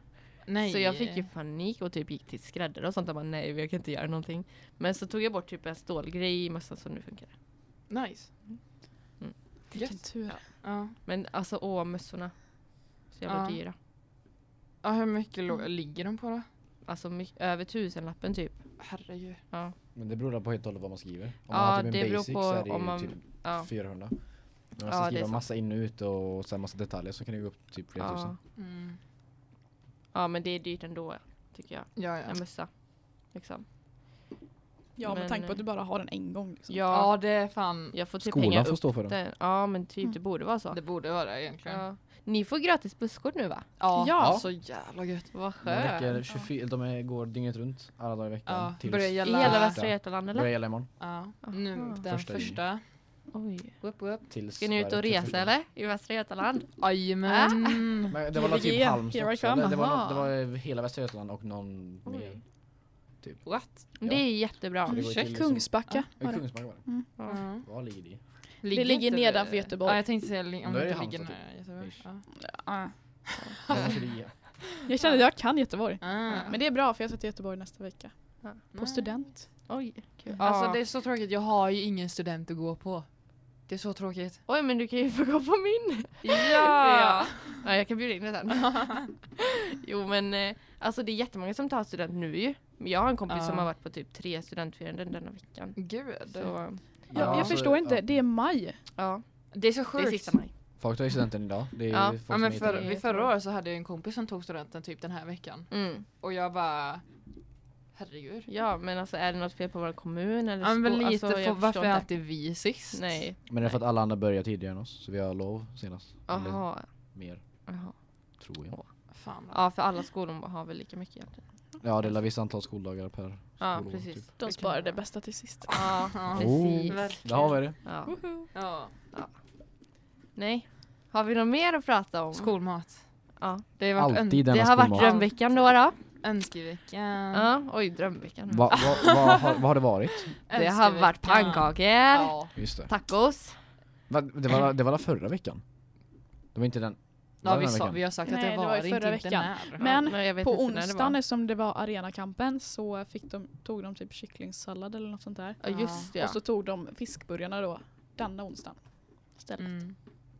Speaker 1: Nej.
Speaker 2: Så jag fick ju panik och typ gick till skräddare och sånt och bara nej jag kan inte göra någonting. Men så tog jag bort typ en stålgrej i mössan som nu funkar.
Speaker 1: Nice.
Speaker 2: Mm.
Speaker 4: Vilken
Speaker 1: Gött.
Speaker 4: tur.
Speaker 1: Ja.
Speaker 2: Men alltså åh mössorna. Så jävla
Speaker 1: Ja.
Speaker 2: dyra.
Speaker 1: ja hur mycket lo- ligger de på då?
Speaker 2: Alltså my- över tusenlappen typ.
Speaker 1: Herregud.
Speaker 3: Men det beror på helt och hållet vad man skriver. Om
Speaker 2: Ja,
Speaker 3: man har typ en
Speaker 2: det beror
Speaker 3: basic
Speaker 2: på
Speaker 3: så är det ju
Speaker 2: om man-
Speaker 3: typ
Speaker 2: Ja.
Speaker 3: 400. Men om
Speaker 2: Ja,
Speaker 3: man ska
Speaker 2: det är
Speaker 3: skriva
Speaker 2: sant.
Speaker 3: massa in och ut och sen massa detaljer så kan det gå upp typ flera
Speaker 2: Ja.
Speaker 3: tusen.
Speaker 1: Mm.
Speaker 2: ja men det är dyrt ändå tycker jag.
Speaker 1: Ja, ja.
Speaker 2: En mössa. Liksom.
Speaker 4: Ja,
Speaker 2: Men,
Speaker 4: med tanke på att du
Speaker 2: eh,
Speaker 4: bara har den en gång. Liksom.
Speaker 2: Ja,
Speaker 1: ja det är fan.
Speaker 2: jag får typ hänga
Speaker 3: Skolan får
Speaker 2: upp
Speaker 3: stå för det.
Speaker 2: den. Ja men typ det borde vara så.
Speaker 1: Mm. Det borde vara det egentligen. Ja.
Speaker 2: Ja. Ni får gratis busskort nu va?
Speaker 1: Ja,
Speaker 4: Ja.
Speaker 1: så jävla gött.
Speaker 2: Vad
Speaker 3: De, räcker
Speaker 2: skönt.
Speaker 3: 24, de är, går dygnet runt alla dagar i veckan.
Speaker 1: Ja,
Speaker 3: tills-
Speaker 1: börjar gälla-
Speaker 2: I hela
Speaker 1: Alla-
Speaker 2: Västra Götaland eller?
Speaker 3: börjar gälla imorgon.
Speaker 1: Ja. Nu
Speaker 2: Aha.
Speaker 1: den
Speaker 3: Första
Speaker 1: första.
Speaker 3: juni.
Speaker 2: Oj.
Speaker 1: Upp, upp.
Speaker 3: Tills
Speaker 2: Ska ni ut
Speaker 3: vad
Speaker 2: och
Speaker 3: är det,
Speaker 2: resa
Speaker 3: 31?
Speaker 2: eller? I Västra Götaland?
Speaker 1: Jajamän.
Speaker 3: Men det var
Speaker 4: GVG,
Speaker 3: typ Halmstad
Speaker 4: here I
Speaker 3: också.
Speaker 4: come.
Speaker 3: Det, det, var,
Speaker 2: Aha.
Speaker 3: nå- det var hela Västra Götaland och någon
Speaker 2: Oj.
Speaker 3: mer.
Speaker 1: What?
Speaker 2: Det är jättebra.
Speaker 3: Så det går ju till liksom-
Speaker 4: Kungsbacka.
Speaker 3: Ja,
Speaker 4: var det.
Speaker 3: Kungsbacka var det.
Speaker 2: Ja.
Speaker 3: Var ligger det?
Speaker 4: Det ligger
Speaker 1: inte
Speaker 4: nedanför
Speaker 1: det?
Speaker 4: Göteborg.
Speaker 1: Ja, jag tänkte säga li- om
Speaker 3: Då
Speaker 1: det
Speaker 3: är
Speaker 1: inte
Speaker 3: det
Speaker 1: ligger
Speaker 3: Halmstad,
Speaker 1: nära Göteborg.
Speaker 3: Ish.
Speaker 1: Ja.
Speaker 4: Ja.
Speaker 3: Norrköping.
Speaker 4: Jag känner att jag kan Göteborg.
Speaker 1: Ah.
Speaker 4: Men det är bra för jag ska till Göteborg nästa vecka. På
Speaker 1: Nej.
Speaker 4: student.
Speaker 2: Oj, kul.
Speaker 1: Alltså det är så tråkigt, jag har ju ingen student att gå på. Det är så tråkigt.
Speaker 2: Oj, men du kan ju få gå på min.
Speaker 1: Ja!
Speaker 2: Ja, jag kan bjuda in dig sen. jo, men eh, alltså det är jättemånga som tar student nu ju. Men jag har en kompis
Speaker 1: Ja.
Speaker 2: som har varit på typ tre studentfiranden denna veckan.
Speaker 1: Gud.
Speaker 2: Så
Speaker 4: Ja, jag förstår inte, det är maj.
Speaker 2: ja,
Speaker 1: Det är så
Speaker 2: det är
Speaker 1: sjukt.
Speaker 2: sista maj.
Speaker 3: Folk tar ju studenten idag. Det är
Speaker 2: Ja.
Speaker 3: folk
Speaker 1: Ja,
Speaker 3: som
Speaker 1: men
Speaker 3: är
Speaker 1: för,
Speaker 3: ute.
Speaker 1: vid förra året så hade jag en kompis som tog studenten typ den här veckan.
Speaker 2: Mm.
Speaker 1: Och jag bara... Herregud.
Speaker 2: Ja, men alltså är det något fel på vår kommun eller
Speaker 1: Ja, men väl
Speaker 2: sko-
Speaker 1: lite
Speaker 2: alltså, jag
Speaker 1: för,
Speaker 2: förstår
Speaker 1: varför är
Speaker 2: inte.
Speaker 1: alltid vi sist?
Speaker 2: Nej,
Speaker 3: Men det är för att alla andra börjar tidigare än oss. Så vi har lov senast. Eller
Speaker 2: jaha.
Speaker 3: Mer,
Speaker 2: jaha.
Speaker 3: tror jag.
Speaker 1: Fan.
Speaker 2: Ja, för alla skolor har väl lika mycket egentligen.
Speaker 3: Ja, det är vissa antal skoldagar per
Speaker 2: Ja,
Speaker 3: skolår,
Speaker 2: precis.
Speaker 3: typ.
Speaker 4: De
Speaker 1: Det kan
Speaker 4: sparar
Speaker 1: vara.
Speaker 4: det bästa till sist.
Speaker 2: Ja,
Speaker 1: Ja.
Speaker 2: precis.
Speaker 1: Verkligen.
Speaker 3: Där har vi det.
Speaker 2: Ja.
Speaker 1: Ah. Ja.
Speaker 2: Nej. Har vi något mer att prata om?
Speaker 1: Skolmat.
Speaker 2: Ja.
Speaker 1: Det har varit
Speaker 3: Alltid
Speaker 1: ön-
Speaker 3: denna
Speaker 2: Det har varit
Speaker 3: skolmat.
Speaker 2: drömveckan då. då.
Speaker 1: önskeveckan.
Speaker 2: Ja. Oj, drömveckan.
Speaker 3: Mm. Va, va, va, har, vad har det varit?
Speaker 2: Det har varit
Speaker 1: Önskeveckan.
Speaker 2: pannkakor,
Speaker 1: Ja.
Speaker 3: Just det.
Speaker 2: tacos.
Speaker 3: Va, det, var, det var förra veckan? Det var inte den? det
Speaker 1: Ja,
Speaker 3: var
Speaker 1: vi,
Speaker 3: den
Speaker 1: sa,
Speaker 3: veckan.
Speaker 1: vi har sagt att
Speaker 4: Nej,
Speaker 1: det var, det var
Speaker 4: ju
Speaker 1: inte,
Speaker 4: förra
Speaker 1: inte
Speaker 4: veckan.
Speaker 1: när.
Speaker 4: Men
Speaker 2: Ja, jag vet
Speaker 4: På
Speaker 2: inte när det
Speaker 4: onsdagen
Speaker 2: var.
Speaker 4: eftersom det var arenakampen så fick de, tog de typ kycklingsallad eller något sånt där.
Speaker 2: Ja, just det. Ja.
Speaker 4: Och så tog de fiskburgarna då denna onsdagen. Istället.
Speaker 1: Mm.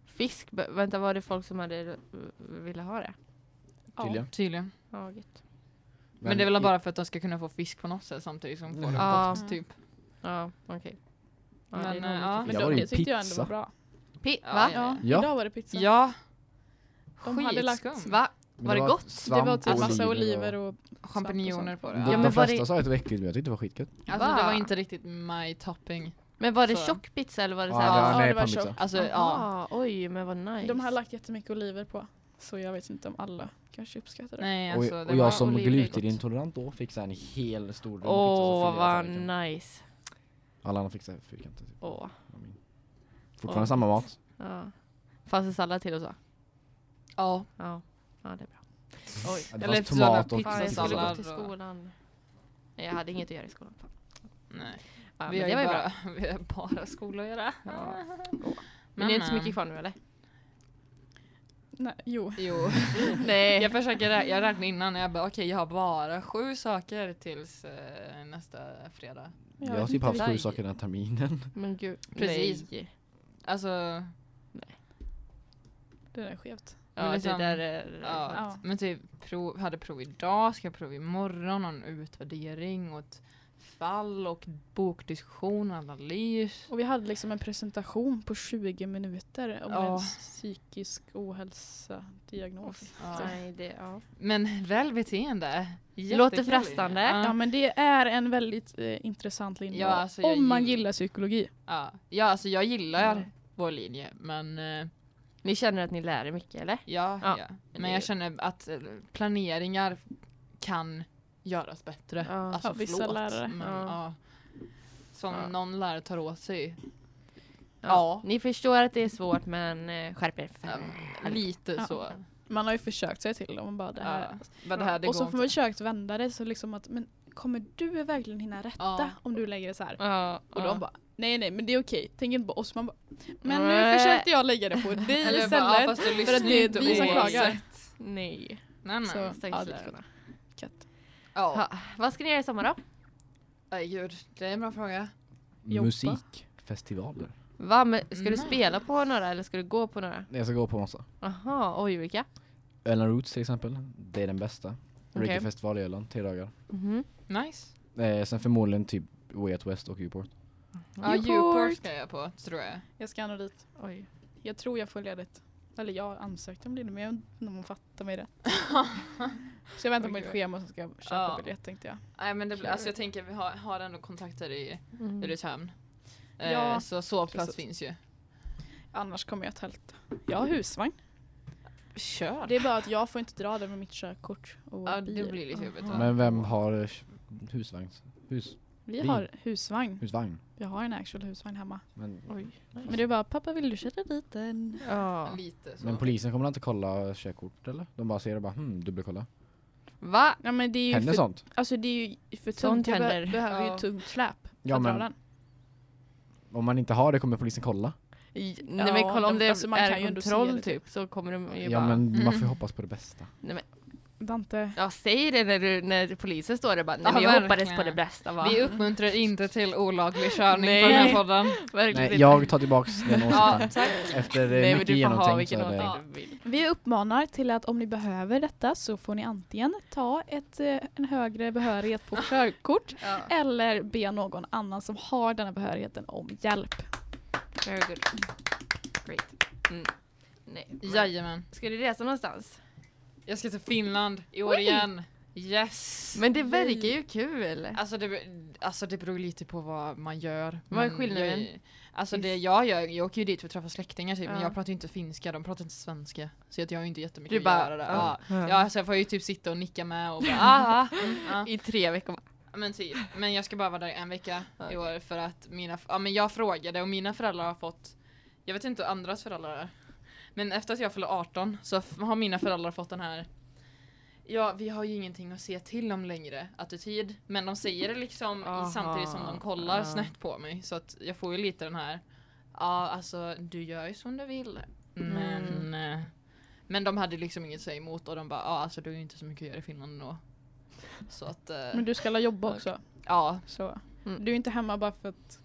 Speaker 2: Fisk, b- vänta var det folk som hade eh, ville ha det?
Speaker 3: Tydligen.
Speaker 1: Tydligen.
Speaker 2: Ja, gött.
Speaker 1: Men, det är väl bara för att de ska kunna få fisk på något sätt samtidigt som får
Speaker 2: Ja.
Speaker 1: en
Speaker 3: Mm.
Speaker 1: doft typ.
Speaker 2: Ja, okej. Ja, det
Speaker 1: Men,
Speaker 2: är nog
Speaker 1: eh,
Speaker 2: lite
Speaker 1: ja.
Speaker 2: fisk.
Speaker 4: Men
Speaker 3: Jag
Speaker 4: då,
Speaker 3: var ju
Speaker 4: det tyckte jag ändå
Speaker 3: pizza.
Speaker 4: var bra.
Speaker 2: Pi-
Speaker 1: Ja,
Speaker 2: va?
Speaker 1: ja,
Speaker 4: Ja.
Speaker 3: Ja.
Speaker 4: Idag var det pizza.
Speaker 1: Ja.
Speaker 4: De hade lagt-
Speaker 1: Skitskum.
Speaker 2: Va?
Speaker 3: Men
Speaker 2: var det gott?
Speaker 4: det
Speaker 3: svamp
Speaker 4: var typ
Speaker 3: och
Speaker 4: massa
Speaker 3: oliver
Speaker 4: oliver
Speaker 3: och...
Speaker 4: och
Speaker 1: Champinjoner på det.
Speaker 3: De,
Speaker 1: Ja,
Speaker 2: men
Speaker 3: de
Speaker 2: var
Speaker 3: flesta
Speaker 2: det-
Speaker 3: sa att det var äckligt men jag tyckte det var skitgött.
Speaker 1: Alltså det
Speaker 2: Va?
Speaker 1: var inte riktigt my topping.
Speaker 2: Men var det
Speaker 1: Så.
Speaker 2: tjock pizza eller var det
Speaker 3: Ja,
Speaker 2: så här?
Speaker 1: det
Speaker 3: nej,
Speaker 4: Ja, det var
Speaker 3: pannpizza.
Speaker 4: tjockt.
Speaker 1: Alltså ja.
Speaker 2: Aha, Ah, Oj, men vad nice.
Speaker 4: De har lagt jättemycket oliver på. Så jag vet inte om alla kanske uppskattar det.
Speaker 1: Nej
Speaker 3: Och,
Speaker 1: alltså det
Speaker 3: och jag
Speaker 1: var
Speaker 3: som
Speaker 2: oliver är gott.
Speaker 3: glutenintolerant då fick så här en hel stor rund pizza.
Speaker 2: Åh,
Speaker 3: som
Speaker 2: vad
Speaker 3: filerad tallriken.
Speaker 2: nice.
Speaker 3: liksom, Alla andra fick så här fyrkanter. Typ.
Speaker 2: Åh.
Speaker 3: Ja, min. Fortfarande
Speaker 2: Åh.
Speaker 3: samma mat.
Speaker 2: Ja. Fanns det sallad till och så?
Speaker 1: Ja.
Speaker 2: Ja, ja det är bra. Oj.
Speaker 3: Ja, Det
Speaker 1: Eller typ
Speaker 3: fanns
Speaker 1: sådana
Speaker 3: tomat och
Speaker 1: pizza-
Speaker 2: Fan, jag skulle
Speaker 1: Pizzasallad
Speaker 2: gå
Speaker 3: pizzasallad.
Speaker 2: till
Speaker 1: och-
Speaker 2: skolan. Nej, jag hade inget att göra i skolan. Fan.
Speaker 1: Nej.
Speaker 2: Ja,
Speaker 1: vi,
Speaker 2: men
Speaker 1: har
Speaker 2: det
Speaker 1: ju
Speaker 2: var ju bra.
Speaker 1: bara, vi har bara skola att göra.
Speaker 2: Ja. Men
Speaker 1: Men
Speaker 2: det är inte så mycket kvar nu eller?
Speaker 4: Nej, jo.
Speaker 1: Jo.
Speaker 2: Nej.
Speaker 1: Jag försöker rä- jag räknade innan jag bara okej jag har bara sju saker tills eh, nästa fredag.
Speaker 4: Jag
Speaker 3: Jag har
Speaker 4: vet
Speaker 3: typ
Speaker 4: inte
Speaker 3: haft sju
Speaker 2: vilken.
Speaker 3: saker den här terminen.
Speaker 2: Men gud.
Speaker 1: Precis.
Speaker 2: Nej.
Speaker 1: Alltså
Speaker 4: Det där är skevt.
Speaker 1: Men
Speaker 2: Ja, det
Speaker 1: liksom-
Speaker 2: där är...
Speaker 1: ja,
Speaker 4: Ja.
Speaker 1: men typ prov, hade prov idag, ska ha prov imorgon, och en utvärdering och ett fall och bokdiskussion och analys.
Speaker 4: Och vi hade liksom en presentation på 20 minuter om
Speaker 1: Ja.
Speaker 4: en psykisk ohälsa diagnos.
Speaker 1: Ja.
Speaker 2: Nej, det, ja.
Speaker 1: Men välbeteende.
Speaker 2: Låter
Speaker 1: Jättekul.
Speaker 2: frestande.
Speaker 4: Ja
Speaker 1: Ja.
Speaker 4: men det är en väldigt eh, intressant linje.
Speaker 1: Ja, alltså, jag
Speaker 4: om man
Speaker 1: gill-
Speaker 4: gillar psykologi.
Speaker 1: Ja. ja, alltså jag gillar
Speaker 4: Ja.
Speaker 1: vår linje men eh,
Speaker 2: Ni känner att ni lär er mycket eller?
Speaker 1: Ja,
Speaker 2: Ja.
Speaker 1: ja. men jag känner att eh, planeringar kan göras bättre.
Speaker 2: Ja.
Speaker 1: Alltså
Speaker 4: Ja, vissa
Speaker 1: förlåt.
Speaker 4: lärare.
Speaker 1: Men,
Speaker 2: Ja.
Speaker 1: ja. Som
Speaker 2: Ja.
Speaker 1: någon lärare tar åt sig. Ja.
Speaker 2: Ni förstår att det är svårt men eh, skärp er.
Speaker 1: Ja,
Speaker 2: Fan.
Speaker 1: Lite
Speaker 4: Ja.
Speaker 1: så.
Speaker 4: Man har ju försökt säga till dem och bara det här.
Speaker 1: Ja. Men det här det
Speaker 4: och så
Speaker 1: går
Speaker 4: får man försökt vända det så liksom att men kommer du verkligen hinna rätta
Speaker 1: Ja.
Speaker 4: om du lägger det så här?
Speaker 2: Ja,
Speaker 4: Och
Speaker 2: ja.
Speaker 4: de bara nej nej men det är okej, tänk inte på oss. Man bara, men
Speaker 2: Nej.
Speaker 4: nu försökte jag lägga det på dig
Speaker 1: Eller
Speaker 4: istället.
Speaker 1: bara, ja, fast du
Speaker 4: för
Speaker 1: lyssnar
Speaker 4: att det är
Speaker 1: inte
Speaker 4: vi som
Speaker 1: på oss.
Speaker 4: klagar.
Speaker 2: Nej.
Speaker 1: Nej, nej.
Speaker 4: Så, ja,
Speaker 2: Stackars
Speaker 4: det är
Speaker 2: lärarna.
Speaker 4: Katt.
Speaker 1: Ja.
Speaker 2: Ha, vad ska ni göra i sommar då?
Speaker 1: Nej, gud. Det är en bra fråga.
Speaker 4: Jobba.
Speaker 3: Musikfestivaler.
Speaker 2: Va, men ska du
Speaker 1: Nej.
Speaker 2: spela på några eller ska du gå på några?
Speaker 3: Jag ska gå på massa.
Speaker 2: Aha, oj vilka?
Speaker 3: Öland Roots till exempel. Det är den bästa.
Speaker 2: Okej.
Speaker 3: Reggae-festival i Öland, tre dagar.
Speaker 2: Mhm.
Speaker 1: Nice.
Speaker 3: Eh, sen förmodligen typ Way Out West och Uport.
Speaker 1: Ja, Uport ska jag på tror jag.
Speaker 4: Jag ska nog dit.
Speaker 2: Oj.
Speaker 4: Jag tror jag får ledigt. Eller jag ansökte om det men jag vet inte om hon fattar mig rätt. så jag väntar på
Speaker 1: Oj,
Speaker 4: mitt
Speaker 1: oj.
Speaker 4: schema så ska jag köpa
Speaker 1: Ja.
Speaker 4: biljett tänkte jag.
Speaker 1: Nej men det blir, alltså jag tänker vi har, har ändå kontakter i
Speaker 2: Mm.
Speaker 1: Ulricehamn.
Speaker 4: Ja,
Speaker 1: eh, så sovplats
Speaker 4: precis.
Speaker 1: finns ju.
Speaker 4: Annars kommer jag tälta. Jag har husvagn.
Speaker 1: Kör!
Speaker 4: Det är bara att jag får inte dra den med mitt körkort och
Speaker 1: ja
Speaker 4: bil.
Speaker 1: det blir lite jobbigt.
Speaker 2: Aha.
Speaker 1: ja.
Speaker 3: Men vem har eh, husvagn? Hus,
Speaker 4: Vi
Speaker 3: Vi.
Speaker 4: har husvagn.
Speaker 3: husvagn?
Speaker 4: Jag har en actual husvagn hemma.
Speaker 3: Men,
Speaker 2: Oj.
Speaker 4: Men det är bara pappa vill du köra dit den?
Speaker 2: Ja.
Speaker 1: Lite så.
Speaker 3: men polisen kommer inte kolla körkort eller? De bara ser och bara hmm, dubbelkolla.
Speaker 2: Va?
Speaker 4: Ja men det är ju
Speaker 3: Händer
Speaker 4: för,
Speaker 3: sånt?
Speaker 4: Alltså det är ju för
Speaker 2: Sånt
Speaker 4: tungt. Jag be-
Speaker 2: händer.
Speaker 4: behöver
Speaker 1: Ja.
Speaker 4: ju tungt släp. för
Speaker 3: Ja,
Speaker 4: att dra
Speaker 3: men-
Speaker 4: den.
Speaker 3: Om man inte har det kommer polisen kolla.
Speaker 2: I- Nej men kolla om
Speaker 4: de-
Speaker 2: det
Speaker 4: alltså, man
Speaker 2: är
Speaker 4: kan ju ändå se
Speaker 2: kontroll
Speaker 4: det,
Speaker 2: typ så kommer de ju
Speaker 3: Ja
Speaker 2: bara...
Speaker 3: men man
Speaker 1: Mm.
Speaker 3: får ju hoppas på det bästa.
Speaker 2: Nej, men,
Speaker 4: Dante.
Speaker 2: ja säg det när, du, när polisen står där bara nej,
Speaker 1: Ja,
Speaker 2: men jag hoppades
Speaker 1: verkligen.
Speaker 2: på det bästa va?
Speaker 1: Vi uppmuntrar inte till olaglig körning
Speaker 2: Nej.
Speaker 1: på den här podden.
Speaker 2: Verkligen
Speaker 3: Nej
Speaker 2: inte.
Speaker 3: jag tar tillbaks den
Speaker 1: Ja,
Speaker 3: åsikten.
Speaker 1: tack.
Speaker 3: Efter
Speaker 2: Nej
Speaker 3: Nej,
Speaker 2: men
Speaker 3: mycket
Speaker 2: du får ha
Speaker 3: genomtänkt så
Speaker 2: vilken
Speaker 3: är
Speaker 2: åsikt
Speaker 3: det...
Speaker 2: du vill.
Speaker 4: Vi uppmanar till att om ni behöver detta så får ni antingen ta ett, eh, en högre behörighet
Speaker 2: Ah.
Speaker 4: på körkort
Speaker 1: Ja.
Speaker 4: eller be någon annan som har denna behörigheten om hjälp.
Speaker 2: Eh. Very good. Great. Mm. Nej. men-
Speaker 1: Jajamän.
Speaker 2: Ska du resa någonstans?
Speaker 1: Jag ska till Finland i år
Speaker 2: Oj.
Speaker 1: igen. Yes!
Speaker 2: Men det verkar ju kul.
Speaker 1: Alltså det, alltså det beror lite på vad man gör.
Speaker 2: Vad är
Speaker 1: Men
Speaker 2: skillnaden?
Speaker 1: Jag, alltså det jag gör, jag åker ju dit för att träffa släktingar typ, men
Speaker 2: Ja.
Speaker 1: jag pratar ju inte finska, de pratar inte svenska. Så att jag har ju inte jättemycket
Speaker 2: Du
Speaker 1: att
Speaker 2: bara, "Ah."
Speaker 1: göra där.
Speaker 2: ja.
Speaker 1: Ja.
Speaker 2: Ja.
Speaker 1: Ja. så jag får ju typ sitta och nicka med och bara aha, mm, ja.
Speaker 2: I tre veckor.
Speaker 1: Men typ, men jag ska bara vara där i en vecka
Speaker 2: Ja.
Speaker 1: i år för att mina, ja men jag frågade och mina föräldrar har fått, jag vet inte hur andras föräldrar är. Men efter att jag fyllde 18 så f- har mina föräldrar fått den här Ja, vi har ju ingenting att se till om längre attityd. Men de säger det liksom
Speaker 2: Aha.
Speaker 1: i, samtidigt som de kollar
Speaker 2: Ja.
Speaker 1: snett på mig. Så att jag får ju lite den här, ja alltså du gör ju som du vill.
Speaker 2: Mm.
Speaker 1: Men, eh, men de hade liksom inget att säga emot och de bara, ja alltså du har ju inte så mycket att göra i Finland ändå. Så att, eh,
Speaker 4: Men du ska alla jobba också.
Speaker 1: ja
Speaker 4: Så.
Speaker 2: Mm.
Speaker 4: Du är inte hemma bara för att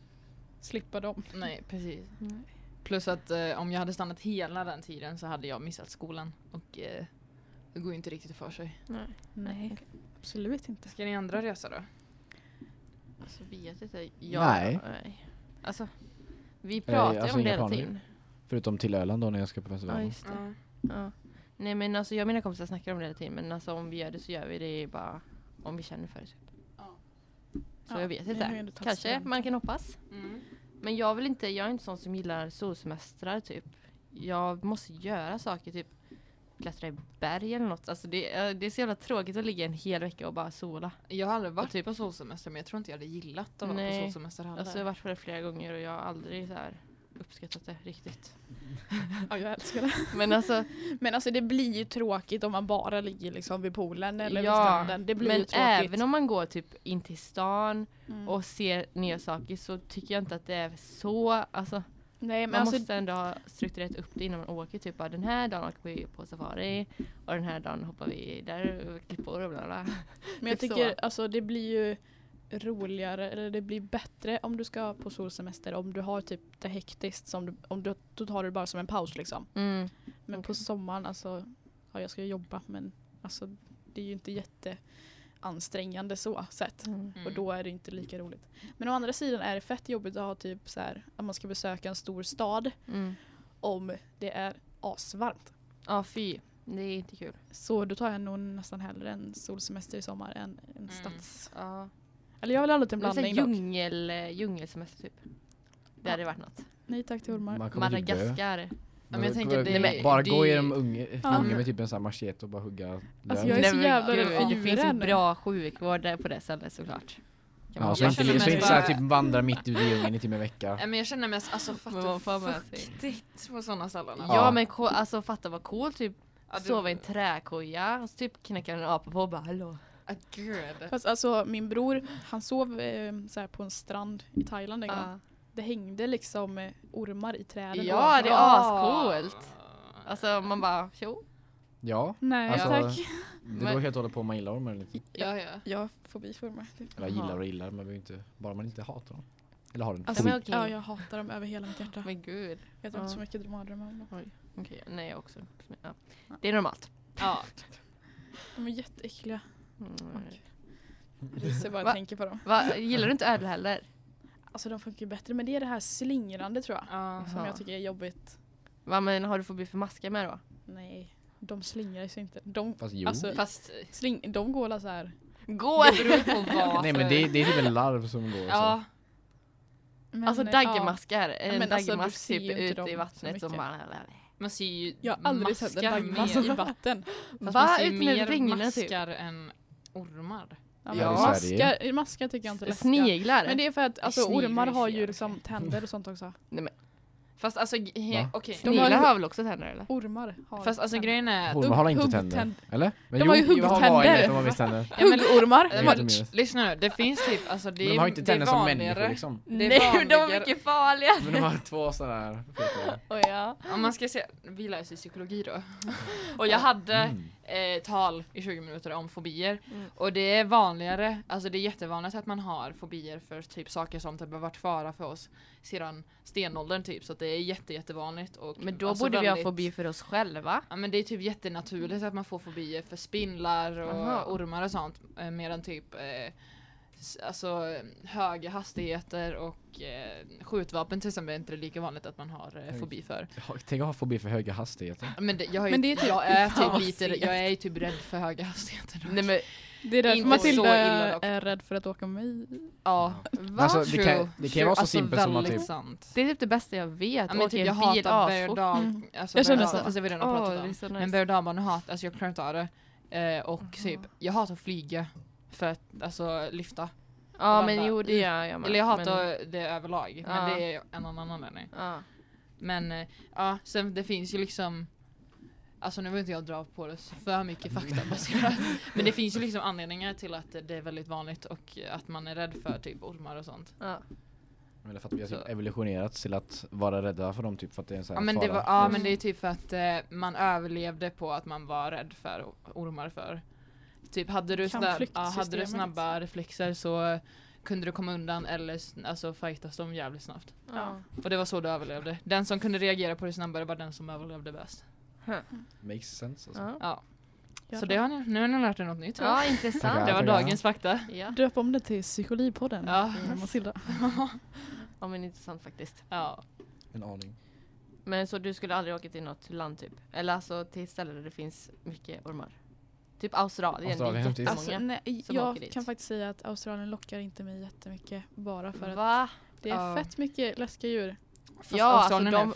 Speaker 4: slippa dem.
Speaker 1: Nej precis.
Speaker 2: Nej.
Speaker 1: Plus att eh, om jag hade stannat hela den tiden så hade jag missat skolan och eh, det går ju inte riktigt för sig.
Speaker 4: Nej, absolut inte.
Speaker 1: Ska ni andra resa då?
Speaker 2: Alltså vet inte. Jag,
Speaker 3: Nej.
Speaker 2: Alltså, vi pratar ju
Speaker 3: alltså,
Speaker 2: om det
Speaker 3: inga
Speaker 2: hela
Speaker 3: planer.
Speaker 2: tiden.
Speaker 3: Förutom till Öland då när jag ska på
Speaker 2: Ja,
Speaker 3: festivalen.
Speaker 2: just det. Ja. Nej men alltså jag och mina kompisar snackar om det hela tiden men alltså om vi gör det så gör vi det bara om vi känner för det. Typ.
Speaker 1: Ja.
Speaker 2: Så
Speaker 4: Ja,
Speaker 2: jag vet
Speaker 4: ni har ju
Speaker 2: inte.
Speaker 4: ändå tagit
Speaker 2: Kanske
Speaker 4: studenten.
Speaker 2: man kan hoppas.
Speaker 1: Mm.
Speaker 2: Men jag vill inte, jag är inte sån som gillar solsemestrar typ. Jag måste göra saker typ klättra i berg eller något. Alltså det, är- det är så jävla tråkigt att ligga en hel vecka och bara sola.
Speaker 1: Jag har aldrig varit på solsemester men jag tror inte jag hade gillat att vara
Speaker 2: Nej.
Speaker 1: på solsemester heller.
Speaker 2: Alltså jag har varit på det flera gånger och jag har aldrig så här uppskattat det riktigt.
Speaker 4: Ja, jag älskar det.
Speaker 2: Men alltså
Speaker 4: Men alltså det blir ju tråkigt om man bara ligger liksom vid poolen eller vid
Speaker 2: ja,
Speaker 4: stranden. Det blir
Speaker 2: men
Speaker 4: ju tråkigt.
Speaker 2: även om man går typ in till stan
Speaker 4: Mm.
Speaker 2: och ser nya saker så tycker jag inte att det är så, alltså
Speaker 4: Nej,
Speaker 2: man
Speaker 4: men alltså,
Speaker 2: måste ändå ha strukturerat upp det innan man åker, typ bara den här dagen åker vi på safari och den här dagen hoppar vi där och klippor och bla bla.
Speaker 4: men jag
Speaker 2: typ så.
Speaker 4: tycker alltså det blir ju roligare eller det blir bättre om du ska på solsemester om du har typ det hektiskt som du, om du, då tar du det bara som en paus liksom.
Speaker 2: Mm.
Speaker 4: Men på
Speaker 2: Okej.
Speaker 4: sommaren alltså, ja jag ska ju jobba men alltså det är ju inte jätteansträngande så sett.
Speaker 1: Mm.
Speaker 4: Och då är det inte lika roligt. Men å andra sidan är det fett jobbigt att ha typ så här att man ska besöka en stor stad
Speaker 2: Mm.
Speaker 4: om det är asvarmt.
Speaker 2: Ja fy, det är inte kul.
Speaker 4: Så då tar jag nog nästan hellre en solsemester i sommar än en
Speaker 1: Mm.
Speaker 4: stads...
Speaker 2: Ja.
Speaker 4: Eller jag vill ha lite en
Speaker 2: Men så här
Speaker 4: blandning dock.
Speaker 2: djungel, djungelsemester typ. Det hade varit något.
Speaker 4: Nej tack till ormar.
Speaker 3: Man kommer till Bö.
Speaker 2: Madagaskar.
Speaker 1: men jag tänker det-
Speaker 2: Nej, men
Speaker 3: bara
Speaker 2: det-
Speaker 3: gå genom unge,
Speaker 4: Ja.
Speaker 3: unge med typ en sån här machete och bara hugga lön.
Speaker 4: Alltså, Jag är så
Speaker 2: men
Speaker 4: jävla
Speaker 1: rädd
Speaker 2: gud,
Speaker 1: för
Speaker 2: Det finns ju
Speaker 4: djuren.
Speaker 2: bra sjukvård där på det stället såklart. Kan man
Speaker 3: Ja, så
Speaker 1: jag
Speaker 3: inte,
Speaker 1: känner
Speaker 3: så
Speaker 1: mest
Speaker 3: inte såhär
Speaker 1: bara-
Speaker 3: typ vandra mitt ute i djungeln i typ en vecka.
Speaker 1: Nej, men jag känner mest, alltså
Speaker 2: Men vad
Speaker 1: fatta
Speaker 2: fan
Speaker 1: hur
Speaker 2: med sig?
Speaker 1: fuktigt på sådana ställen.
Speaker 2: Ja,
Speaker 1: Ja,
Speaker 3: Ja.
Speaker 2: men ko- alltså fatta vad coolt typ
Speaker 1: du-
Speaker 2: sova i en träkoja och så typ knäcka en apa på och bara hallå.
Speaker 1: Ah, gud.
Speaker 4: Fast alltså min bror, han sov eh, så här på en strand i Thailand en gång.
Speaker 2: Ja.
Speaker 4: Det hängde liksom eh, ormar i träden.
Speaker 2: Ja, det är
Speaker 4: ovanför.
Speaker 2: ascoolt. Alltså man bara tjo.
Speaker 3: Ja,
Speaker 4: Nej
Speaker 3: Alltså-
Speaker 4: tack.
Speaker 3: det beror helt och hållet på om man gillar dem eller inte.
Speaker 1: Ja, ja.
Speaker 4: Jag har fobi för ormar. typ.
Speaker 3: Eller gillar och gillar, man behöver inte, bara man inte hatar dem. Eller har en
Speaker 2: Alltså,
Speaker 3: fobi.
Speaker 2: men okej.
Speaker 4: Ja, jag hatar dem över hela mitt hjärta.
Speaker 2: Men gud.
Speaker 4: Jag har
Speaker 2: Ja.
Speaker 4: drömt så mycket mardrömmar om dem.
Speaker 2: Okej, nej jag också. Ja. Det är normalt.
Speaker 1: ja.
Speaker 4: De är jätteäckliga.
Speaker 2: Mm.
Speaker 4: Risse bara
Speaker 2: Va?
Speaker 4: tänker på dem.
Speaker 2: Va, gillar du inte ödlor heller?
Speaker 4: Alltså de funkar ju bättre men det är det här slingrande tror jag.
Speaker 1: ja.
Speaker 4: Som
Speaker 2: Jaha.
Speaker 4: jag tycker är jobbigt.
Speaker 2: Va, men har du fobi för maskar med då?
Speaker 4: Nej, de slingrar sig inte. De,
Speaker 3: Fast jo.
Speaker 4: alltså,
Speaker 1: Fast
Speaker 4: sling, de går alla så här.
Speaker 2: Gå!
Speaker 1: det beror på vad.
Speaker 3: Nej men det, det är typ en larv som går
Speaker 1: alltså- Ja,
Speaker 4: Men,
Speaker 2: Alltså
Speaker 4: eh,
Speaker 2: daggmaskar. En
Speaker 4: Men alltså, du
Speaker 2: daggmask
Speaker 4: ser ju
Speaker 2: typ
Speaker 4: inte
Speaker 2: ute
Speaker 4: dem
Speaker 2: i
Speaker 4: så
Speaker 2: vattnet som
Speaker 4: mycket.
Speaker 2: bara...
Speaker 1: man ser ju
Speaker 4: Jag har aldrig sett en alltså.
Speaker 1: maskar
Speaker 4: daggmask i
Speaker 1: mer.
Speaker 4: vatten.
Speaker 1: Fast
Speaker 2: Va?
Speaker 1: man ser
Speaker 2: Ut med
Speaker 1: mer
Speaker 2: vingarna, typ.
Speaker 1: maskar än ormar.
Speaker 4: Ja, men
Speaker 2: Ja.
Speaker 4: maskar, maskar tycker jag inte är läskiga.
Speaker 2: Sniglar?
Speaker 4: Men det är för att alltså,
Speaker 1: Sniglar är
Speaker 4: ormar har
Speaker 1: fel.
Speaker 4: ju liksom tänder och sånt också.
Speaker 1: Fast alltså, g- he-
Speaker 3: Va?
Speaker 1: okej.
Speaker 4: De har
Speaker 2: Sniglar
Speaker 4: ju-
Speaker 2: har väl också tänder eller?
Speaker 4: Ormar har
Speaker 1: Fast alltså
Speaker 4: tänder.
Speaker 1: grejen är...
Speaker 3: Ormar har inte
Speaker 4: Huggtänder.
Speaker 3: tänder. Eller? Men
Speaker 4: De har ju
Speaker 3: jo, har
Speaker 4: huggtänder.
Speaker 3: varit- De har visst tänder.
Speaker 1: Ja, men-
Speaker 4: Huggormar!
Speaker 1: Nej,
Speaker 3: Jag vet
Speaker 1: men,
Speaker 3: inte mer.
Speaker 1: lyssna nu, det finns typ, alltså det,
Speaker 3: Men de har ju inte
Speaker 1: det är
Speaker 3: tänder som
Speaker 1: vanligare.
Speaker 3: människor liksom.
Speaker 1: Det är
Speaker 2: Nej, de är
Speaker 1: vanligare.
Speaker 2: mycket farliga!
Speaker 3: Men de har två sådana här. feta-
Speaker 2: Oh, ja.
Speaker 1: Om man ska se, vi läser psykologi då. Och jag hade
Speaker 3: Mm.
Speaker 1: eh, tal i 20 minuter om fobier.
Speaker 2: Mm.
Speaker 1: Och det är vanligare, alltså det är jättevanligt att man har fobier för typ saker som typ har varit fara för oss sedan stenåldern typ. Så att det är jätte, jättevanligt. Och
Speaker 2: Men då
Speaker 1: alltså
Speaker 2: borde vi ha
Speaker 1: väldigt-
Speaker 2: fobi för oss själva.
Speaker 1: Ja men det är typ jättenaturligt att man får fobier för spindlar och
Speaker 2: Aha.
Speaker 1: ormar och sånt. eh, Medan typ eh, s- alltså höga hastigheter och eh, skjutvapen till exempel är inte lika vanligt att man har eh,
Speaker 3: Oj.
Speaker 1: fobi för.
Speaker 3: Ja, Tänk att ha fobi för höga hastigheter.
Speaker 1: Men det, jag, har ju,
Speaker 4: Men det är typ-
Speaker 1: jag är
Speaker 2: Fan, vad
Speaker 1: typ lite,
Speaker 2: segt.
Speaker 1: jag är ju typ rädd för höga hastigheter.
Speaker 2: Nej men
Speaker 4: Det är därför
Speaker 1: Inte så
Speaker 4: Matilda
Speaker 1: illa dock.
Speaker 4: är rädd för att åka med.
Speaker 1: Ja.
Speaker 3: Men Alltså, det, kan, det kan ju vara så simpelt som att
Speaker 1: Alltså, väldigt
Speaker 3: typ,
Speaker 1: sant.
Speaker 2: det är typ det bästa jag vet.
Speaker 1: Ja, men
Speaker 2: Åka
Speaker 1: typ,
Speaker 2: i
Speaker 1: jag
Speaker 2: en bil
Speaker 1: hatar
Speaker 2: asfort.
Speaker 1: berg-och-dal.
Speaker 4: Mm.
Speaker 1: Alltså,
Speaker 4: Jag känner
Speaker 1: berg-och-dal,
Speaker 4: så.
Speaker 1: fast det har vi redan
Speaker 2: Åh,
Speaker 1: pratat
Speaker 2: det
Speaker 1: om.
Speaker 2: är så nice.
Speaker 1: Men berg och dalbana hatar, alltså jag klarar inte av det. Eh, och typ, jag hatar att flyga. För att alltså lyfta.
Speaker 2: Ja
Speaker 1: och
Speaker 2: men
Speaker 1: vända.
Speaker 2: jo det gör jag med.
Speaker 1: Eller jag hatar
Speaker 2: men,
Speaker 1: det överlag. Men
Speaker 2: Ja.
Speaker 1: det är en annan anledning.
Speaker 2: ja.
Speaker 1: Men eh, ja, sen det finns ju liksom Alltså nu vill inte jag dra på det så för mycket faktabaserat. Men det finns ju liksom anledningar till att det är väldigt vanligt och att man är rädd för typ ormar och sånt.
Speaker 2: ja.
Speaker 3: eller för att vi har
Speaker 1: Så.
Speaker 3: typ evolutionerats till att vara rädda för dem typ för att det är en sån här
Speaker 1: Ja men, det
Speaker 3: fara.
Speaker 1: var, ja
Speaker 2: Mm.
Speaker 1: men det är typ för att eh, man överlevde på att man var rädd för o- ormar för. Typ hade du, snabb, ja,
Speaker 4: Kampflyktsystemet.
Speaker 1: hade du snabba reflexer så eh, kunde du komma undan eller sn- alltså fightas de jävligt snabbt.
Speaker 2: Ja.
Speaker 1: Och det var så du överlevde. Den som kunde reagera på det snabbare var den som överlevde bäst.
Speaker 3: Makes sense alltså.
Speaker 2: Ja.
Speaker 1: Ja.
Speaker 4: Ja,
Speaker 1: Så det har ni, nu har ni lärt er något nytt tror jag.
Speaker 2: ja intressant.
Speaker 1: Det var
Speaker 3: tackar.
Speaker 1: dagens fakta.
Speaker 2: Ja.
Speaker 4: Döp om det till Psykologipodden.
Speaker 1: Ja.
Speaker 4: med Matilda.
Speaker 2: ja men intressant faktiskt.
Speaker 1: Ja.
Speaker 3: En aning.
Speaker 2: Men så du skulle aldrig åka till något land typ? Eller alltså till ställen där det finns mycket ormar? Typ Australien,
Speaker 3: Australien,
Speaker 2: det är
Speaker 3: precis.
Speaker 4: Alltså,
Speaker 2: jättemånga.
Speaker 4: nej,
Speaker 2: som åker
Speaker 4: jag
Speaker 2: dit.
Speaker 4: kan faktiskt säga att Australien lockar inte mig jättemycket bara för att
Speaker 2: Va?
Speaker 4: det är
Speaker 1: Ja.
Speaker 4: fett mycket läskiga djur.
Speaker 1: Fast
Speaker 2: Ja, alltså
Speaker 1: Australien
Speaker 2: de-
Speaker 1: är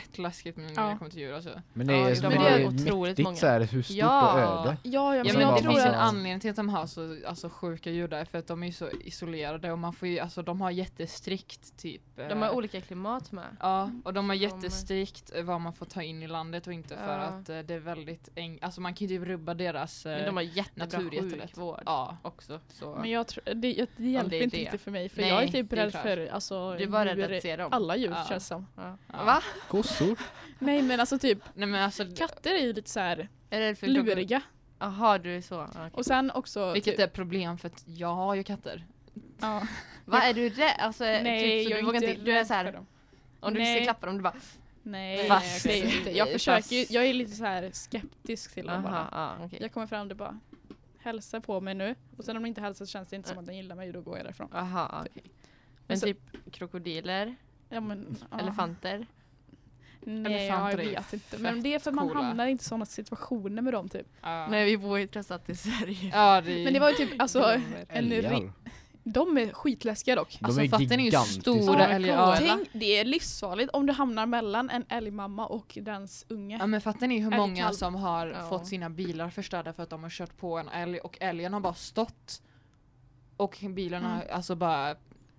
Speaker 1: fett läskigt när
Speaker 4: Ja.
Speaker 1: det kommer till djur alltså.
Speaker 3: Men det
Speaker 2: Ja,
Speaker 3: är,
Speaker 2: just
Speaker 3: men
Speaker 4: det.
Speaker 3: det
Speaker 4: Det
Speaker 3: är
Speaker 4: är
Speaker 2: otroligt
Speaker 3: mäktigt
Speaker 2: många.
Speaker 3: så här hur stort
Speaker 2: Ja.
Speaker 3: och öde.
Speaker 4: Ja, ja,
Speaker 1: Ja
Speaker 4: men
Speaker 1: men
Speaker 3: bara
Speaker 4: jag
Speaker 1: det
Speaker 4: tror
Speaker 1: finns en
Speaker 3: massa-
Speaker 4: att...
Speaker 1: anledning till att de har så alltså, sjuka djur där för att de är ju så isolerade och man får ju, alltså de har jättestrikt typ eh,
Speaker 2: De har olika klimat med.
Speaker 1: Ja, och de har
Speaker 2: De-
Speaker 1: jättestrikt eh, vad man får ta in i landet och inte för
Speaker 2: Ja.
Speaker 1: att eh, det är väldigt eng- alltså man kan ju typ rubba deras eh,
Speaker 2: Men de har jättebra
Speaker 1: natur jättelätt.
Speaker 2: sjukvård
Speaker 1: ja.
Speaker 2: också. Så.
Speaker 4: Men jag tror, det, jag- det hjälper
Speaker 2: är
Speaker 4: inte
Speaker 2: det.
Speaker 4: riktigt för mig för
Speaker 2: Nej,
Speaker 4: jag är typ
Speaker 2: det är
Speaker 4: rädd
Speaker 2: klart.
Speaker 4: för alltså,
Speaker 2: Du är bara
Speaker 4: djur,
Speaker 2: rädd att se dem.
Speaker 4: alla djur
Speaker 1: Ja.
Speaker 4: känns som.
Speaker 2: Ja.
Speaker 1: Ja.
Speaker 2: Va?
Speaker 3: Kossor.
Speaker 4: Nej men alltså typ
Speaker 1: Nej men alltså
Speaker 4: katter är ju lite så här
Speaker 2: Är det för
Speaker 4: luriga.
Speaker 2: Jaha, du är så. Ja, okej.
Speaker 4: Och sen också...
Speaker 1: vilket
Speaker 4: typ,
Speaker 1: är ett problem för att jag har ju katter.
Speaker 4: ja.
Speaker 2: Vad är du rädd? Alltså,
Speaker 4: Nej
Speaker 2: typ, så
Speaker 4: jag
Speaker 2: du vågar
Speaker 4: är
Speaker 2: inte.
Speaker 4: inte
Speaker 2: Du är
Speaker 4: rädd
Speaker 2: så
Speaker 4: för
Speaker 2: här,
Speaker 4: dem.
Speaker 2: om du
Speaker 4: Nej.
Speaker 2: ska klappa dem, du bara...
Speaker 4: Nej,
Speaker 1: Fast-
Speaker 4: det är jag inte. Jag
Speaker 2: Fast-
Speaker 4: försöker ju, jag är lite så här skeptisk till dem
Speaker 2: Aha,
Speaker 4: bara.
Speaker 2: ja, okej.
Speaker 4: Jag kommer fram och bara hälsa på mig nu och sen om de inte hälsar så känns det inte som att den gillar mig och då går jag därifrån.
Speaker 2: Aha, ja, okej. Men
Speaker 4: så-
Speaker 2: typ krokodiler,
Speaker 4: Ja, men, ja.
Speaker 2: elefanter.
Speaker 4: Nej
Speaker 1: Elefanter
Speaker 4: jag
Speaker 1: är ju
Speaker 4: vet inte.
Speaker 1: fett
Speaker 4: Men det är för man
Speaker 1: coola. Mm.
Speaker 4: hamnar inte i sådana situationer med dem typ.
Speaker 1: Ja.
Speaker 2: Nej, vi bor ju trots allt i Sverige.
Speaker 1: Ja, det,
Speaker 4: Men det var ju typ alltså en,
Speaker 3: Älgar.
Speaker 4: ri- De är skitläskiga dock.
Speaker 3: De
Speaker 1: alltså
Speaker 3: är
Speaker 1: fattar ni hur
Speaker 3: gigantiska.
Speaker 1: stora
Speaker 4: Ja,
Speaker 1: älgar
Speaker 4: coola.
Speaker 1: alla?
Speaker 4: Tänk, det är livsfarligt om du hamnar mellan en älgmamma och dens unge.
Speaker 1: Ja men fattar ni hur
Speaker 4: Älgkalv.
Speaker 1: många som har
Speaker 2: Ja.
Speaker 1: fått sina bilar förstörda för att de har kört på en älg och älgen har bara stått och bilen har
Speaker 2: Mm.
Speaker 1: alltså bara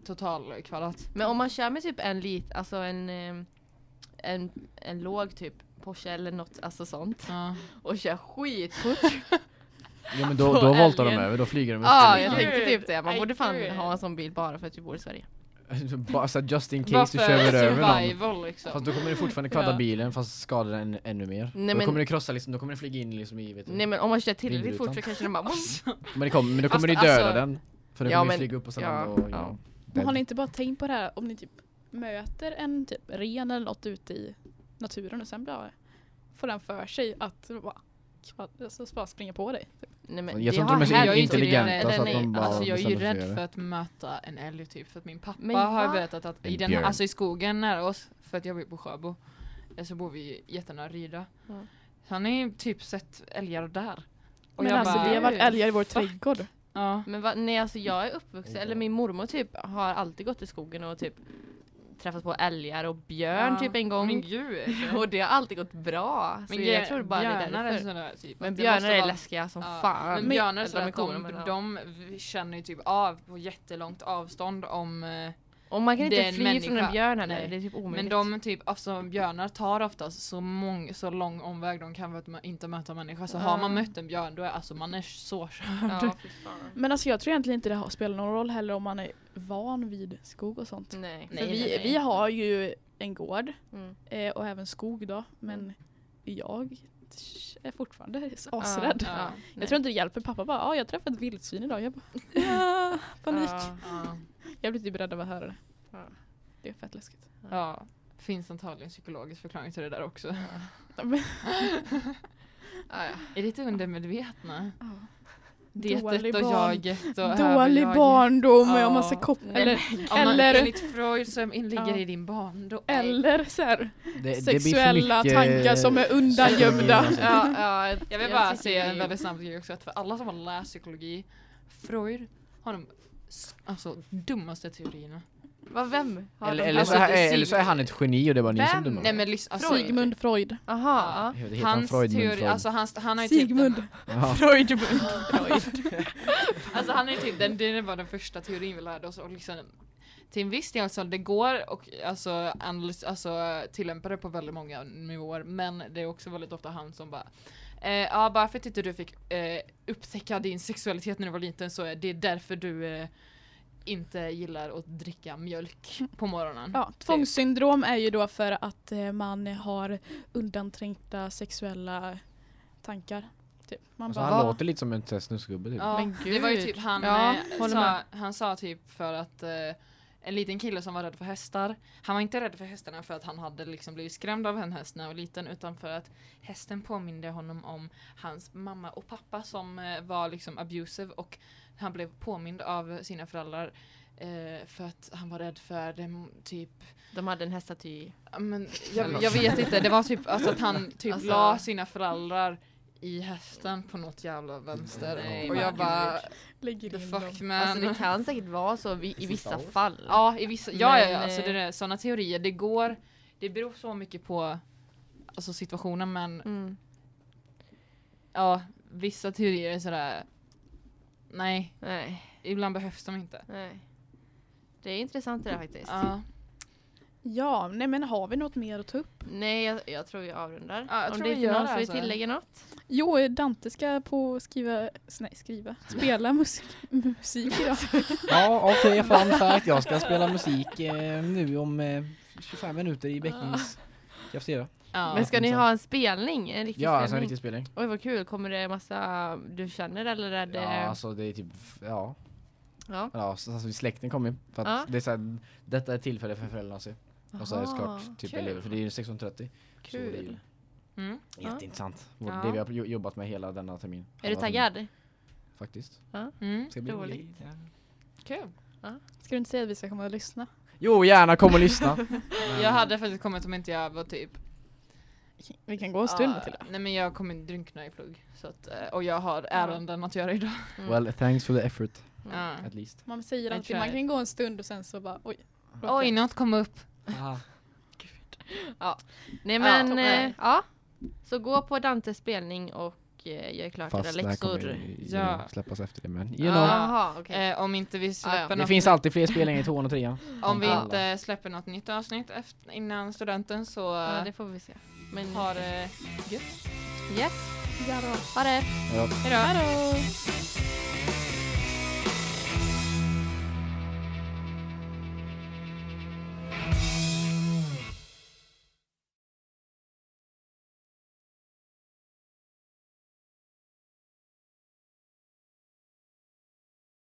Speaker 1: totalkvalat.
Speaker 2: Men om man kör med typ en lit, alltså en, eh, en, en låg typ Porsche eller något alltså sånt
Speaker 1: Ja.
Speaker 2: och kör skitfort.
Speaker 3: Ja men då,
Speaker 2: På
Speaker 3: då voltar de
Speaker 2: älgen.
Speaker 3: över, då flyger de
Speaker 2: Ja,
Speaker 3: upp.
Speaker 2: jag tänkte typ det. Man
Speaker 1: I
Speaker 2: borde fan
Speaker 1: agree.
Speaker 2: ha en sån bil bara för att vi bor i Sverige.
Speaker 3: Bara så här, just in
Speaker 1: Bara
Speaker 3: case du
Speaker 1: för
Speaker 3: kör över dem.
Speaker 1: survival liksom.
Speaker 3: Fast då kommer du fortfarande kvadda
Speaker 4: Ja.
Speaker 3: bilen fast skada den ännu mer.
Speaker 2: Nej,
Speaker 3: då
Speaker 2: men-
Speaker 3: kommer du krossa liksom, då kommer du flyga in liksom i vet du.
Speaker 2: Nej men om man kör tillräckligt fort så
Speaker 3: Vindrutan.
Speaker 2: kanske den bara
Speaker 3: Men, det kommer, men då kommer
Speaker 1: Fast
Speaker 3: du döda
Speaker 1: alltså-
Speaker 3: den. För den
Speaker 2: Ja,
Speaker 3: kommer
Speaker 2: men-
Speaker 3: ju flyga upp och sen
Speaker 2: ja,
Speaker 3: landa
Speaker 2: ja.
Speaker 3: och ja.
Speaker 4: Men har
Speaker 3: dead.
Speaker 4: ni inte bara tänkt på det här om ni typ möter en typ ren eller något ute i naturen och sen bara får den för sig att bara, kva- alltså bara springa på dig.
Speaker 2: Nej, men
Speaker 3: Jag
Speaker 2: det
Speaker 3: tror inte
Speaker 2: har
Speaker 3: de är så
Speaker 2: hänt.
Speaker 1: ju inte
Speaker 3: intelligenta
Speaker 1: rädd.
Speaker 2: Eller
Speaker 3: så att
Speaker 2: nej,
Speaker 3: de bara
Speaker 1: Alltså jag är ju
Speaker 3: bestämmer sig för
Speaker 1: rädd
Speaker 3: att göra
Speaker 1: för att möta en älg typ för att min pappa
Speaker 2: Men
Speaker 1: har
Speaker 2: va?
Speaker 1: berättat att i,
Speaker 3: En
Speaker 1: den,
Speaker 3: björn.
Speaker 1: alltså i skogen nära oss, för att jag bor på Sjöbo, eh, så bor vi ju jättenära Ryda.
Speaker 2: Ja.
Speaker 1: Han har ju typ sett älgar där. Och
Speaker 4: Men
Speaker 1: jag
Speaker 4: alltså
Speaker 1: bara,
Speaker 4: det har varit älgar i vår
Speaker 1: fuck.
Speaker 4: trädgård.
Speaker 1: Ja.
Speaker 2: Men va, nej alltså jag är uppvuxen, eller min mormor typ har alltid gått i skogen och typ träffat på älgar och björn
Speaker 1: Ja.
Speaker 2: typ en
Speaker 1: Men
Speaker 2: gång.
Speaker 1: gud.
Speaker 2: Och det har alltid gått bra. Så
Speaker 1: Men
Speaker 2: jag tror bara det är
Speaker 1: Alltså, björnar är
Speaker 2: därför.
Speaker 1: sådana typ.
Speaker 2: Men
Speaker 1: att det
Speaker 2: björnar
Speaker 1: måste
Speaker 2: är
Speaker 1: vara-
Speaker 2: läskiga som
Speaker 1: Ja,
Speaker 2: fan.
Speaker 1: Men björnar är
Speaker 2: Eller
Speaker 1: sådana
Speaker 2: de
Speaker 1: att
Speaker 2: coola,
Speaker 1: de,
Speaker 2: men ja.
Speaker 1: de känner ju typ av på jättelångt avstånd om eh,
Speaker 2: Och man kan
Speaker 1: Det är
Speaker 2: inte
Speaker 1: en
Speaker 2: fly från
Speaker 1: människa.
Speaker 2: en björn heller,
Speaker 1: Nej.
Speaker 2: det är typ omöjligt.
Speaker 1: Men de typ, alltså björnar tar oftast så, mång, så lång omväg de kan för att man inte möta människor. Så har man
Speaker 2: Ja.
Speaker 1: mött en björn då är alltså man är så körd.
Speaker 2: Ja, fy fan.
Speaker 4: Men alltså jag tror egentligen inte det har- spelar någon roll heller om man är van vid skog och sånt.
Speaker 2: Nej.
Speaker 1: Mm. Nej.
Speaker 4: För vi, vi har ju en gård
Speaker 2: Mm.
Speaker 4: eh, och även skog då
Speaker 1: Mm.
Speaker 4: men jag är fortfarande asrädd.
Speaker 2: Ja, ja, nej.
Speaker 4: Jag tror inte det hjälper. Pappa bara ja, jag träffade ett vildsvin idag. Jag bara "Ah, panik.
Speaker 2: Ja.
Speaker 1: Ja.
Speaker 4: Jag blir typ rädd av att höra det.
Speaker 2: Ja.
Speaker 4: Det är fett läskigt.
Speaker 1: ja. Finns antagligen psykologisk förklaring till det där också.
Speaker 2: Ja, ja.
Speaker 1: Är det inte undermedvetna?
Speaker 4: Dålig
Speaker 1: Detet och
Speaker 4: barn-
Speaker 1: jaget och
Speaker 4: Dålig
Speaker 1: överjaget.
Speaker 4: barndom och
Speaker 1: Ja.
Speaker 4: jag har massa koppar.
Speaker 2: Nej,
Speaker 4: Eller,
Speaker 1: Om man,
Speaker 4: eller-
Speaker 1: Enligt Freud som ligger
Speaker 4: Ja.
Speaker 1: i din barndom.
Speaker 4: eller så här,
Speaker 3: det. Det- det blir för
Speaker 4: sexuella
Speaker 3: mycket- alltså.
Speaker 4: tankar som är
Speaker 3: psykologi och
Speaker 4: undangömda.
Speaker 3: sånt.
Speaker 2: Ja, ja, jag,
Speaker 1: Jag vill bara
Speaker 2: tycker
Speaker 1: säga
Speaker 2: det
Speaker 1: en
Speaker 2: är-
Speaker 1: väldigt snabb grej också, att för alla som har läst psykologi, Freud har de s- alltså, dummaste teorierna.
Speaker 2: Vad, vem? Har
Speaker 3: Eller,
Speaker 2: de-
Speaker 3: eller, så
Speaker 1: Alltså,
Speaker 3: är,
Speaker 1: det är
Speaker 3: eller så är han ett geni och det var ni som
Speaker 2: Vem?
Speaker 3: dummade.
Speaker 1: Nej men lyssna, alltså,
Speaker 4: Sigmund Freud.
Speaker 2: Aha, ja.
Speaker 3: Jag vet, heter han
Speaker 1: Hans
Speaker 3: Freud, men
Speaker 1: teori,
Speaker 3: Freud.
Speaker 1: alltså hans, han har ju typ den,
Speaker 4: Sigmund.
Speaker 3: Ja.
Speaker 4: Freud.
Speaker 1: alltså han är ju typ den, det var den första teorin vi lärde oss och liksom till en viss del så det går och alltså, analys, alltså tillämpa det på väldigt många nivåer men det är också väldigt ofta han som bara eh, ja bara för att inte du fick eh, upptäcka din sexualitet när du var liten så är det därför du eh, inte gillar att dricka mjölk på morgonen.
Speaker 4: Ja, tvångssyndrom är ju då för att eh, man har undanträngta sexuella tankar. Typ. Man
Speaker 3: Alltså,
Speaker 4: bara,
Speaker 3: han
Speaker 4: "Va?"
Speaker 3: låter lite som en testnusgubbe typ.
Speaker 1: Ja,
Speaker 2: Men
Speaker 1: det var ju
Speaker 2: gud.
Speaker 1: typ han,
Speaker 2: Ja,
Speaker 1: eh,
Speaker 2: håller
Speaker 1: sa,
Speaker 2: med.
Speaker 1: han sa typ för att eh, en liten kille som var rädd för hästar, han var inte rädd för hästarna för att han hade liksom blivit skrämd av en häst när han var liten utan för att hästen påminde honom om hans mamma och pappa som eh, var liksom abusive och han blev påmind av sina föräldrar eh, för att han var rädd för dem, typ
Speaker 2: de hade en hästaty.
Speaker 1: Ja, Men jag, jag vet inte, det var typ alltså att han typ
Speaker 2: Alltså-
Speaker 1: la sina föräldrar i hästen på något jävla vänster
Speaker 3: Nej,
Speaker 1: och jag
Speaker 2: men
Speaker 1: bara
Speaker 4: lägger
Speaker 1: the
Speaker 4: in dem.
Speaker 1: fuck man.
Speaker 2: Alltså det kan säkert vara så vi,
Speaker 3: Alltså,
Speaker 2: i vissa fall.
Speaker 1: Ja, i vissa, ja, ja, ja
Speaker 2: Men,
Speaker 1: alltså
Speaker 2: eh,
Speaker 1: det är sådana teorier, det går, det beror så mycket på alltså situationen men
Speaker 2: Mm.
Speaker 1: ja, vissa teorier är sådär nej,
Speaker 2: Nej,
Speaker 1: ibland behövs de inte.
Speaker 2: nej. Det är intressant det där faktiskt.
Speaker 1: Ja,
Speaker 4: Ja, nej men har vi något mer att ta upp?
Speaker 2: Nej, jag, jag tror vi avrundar.
Speaker 1: Ja, jag
Speaker 2: Om
Speaker 1: tror
Speaker 2: det
Speaker 1: vi
Speaker 2: inte
Speaker 1: gör
Speaker 2: någon
Speaker 1: det,
Speaker 2: som vill
Speaker 1: alltså.
Speaker 2: tillägga något.
Speaker 4: Jo, Dante ska på skriva, nej skriva, spela musik, musik idag.
Speaker 3: Ja, okej, fun fact. Jag ska spela musik eh, nu om eh, 25 minuter i Bäckings kafeteria.
Speaker 1: ja.
Speaker 2: Men ska ni ha en spelning? En riktig
Speaker 3: Ja,
Speaker 2: spelning?
Speaker 3: alltså en riktig spelning.
Speaker 2: Oj vad kul, kommer det massa eh, du känner eller är det...
Speaker 3: Ja, alltså det är typ, ja.
Speaker 2: Ja.
Speaker 3: Ja, så- alltså släkten kommer ju. För att
Speaker 2: Ja.
Speaker 3: det är så här, detta är ett tillfälle för föräldrarna att se. Och så är det såklart typ
Speaker 2: kul.
Speaker 3: elever, för det är ju 16.30. Så det är ju
Speaker 2: Kul.
Speaker 1: Mm.
Speaker 3: jätteintressant. Och
Speaker 2: Ja.
Speaker 3: Det vi har jo- jobbat med hela denna termin.
Speaker 2: Är du
Speaker 3: Halva termin,
Speaker 2: taggad?
Speaker 3: Faktiskt.
Speaker 1: Mm.
Speaker 3: Ska bli
Speaker 2: Roligt.
Speaker 3: roligt.
Speaker 1: Kul.
Speaker 4: Ska du inte säga att vi ska komma och lyssna?
Speaker 2: Mm.
Speaker 3: Jo, gärna kom och lyssna.
Speaker 1: Jag hade faktiskt kommit om inte jag var typ
Speaker 4: Vi kan gå en stund
Speaker 1: Ja,
Speaker 4: till det.
Speaker 1: Nej men jag kommer drunkna i plugg. Så att, eh, och jag har ärenden att göra idag.
Speaker 2: Mm.
Speaker 3: Well, thanks for the effort
Speaker 2: Mm.
Speaker 1: Ja.
Speaker 3: at least.
Speaker 4: Man säger
Speaker 1: I
Speaker 4: alltid man
Speaker 1: tried.
Speaker 4: kan gå en stund och sen så bara oj.
Speaker 1: Oj, något kom upp.
Speaker 2: Nej
Speaker 1: Ja,
Speaker 2: men,
Speaker 1: nej.
Speaker 2: eh, ja. Så gå på Dantes spelning och eh, gör klart era
Speaker 3: Fast det här
Speaker 2: läxor.
Speaker 3: kommer ju- ju
Speaker 1: Ja.
Speaker 3: släppas efter det men you
Speaker 1: Ja.
Speaker 3: know.
Speaker 2: Jaha, okej. Ah,
Speaker 1: Eh, om inte vi släpper
Speaker 2: Ja, ja.
Speaker 1: något
Speaker 3: Det finns alltid fler spelningar i tvåan och trean.
Speaker 1: Om vi
Speaker 2: Ja.
Speaker 1: inte släpper något nytt avsnitt efter, innan studenten så
Speaker 2: Ja,
Speaker 1: ja,
Speaker 2: det får vi se. Men,
Speaker 1: eh, har det gött.
Speaker 2: yes.
Speaker 4: Ja då.
Speaker 2: Ha det.
Speaker 3: Ja.
Speaker 1: Hejdå!
Speaker 4: Hallå.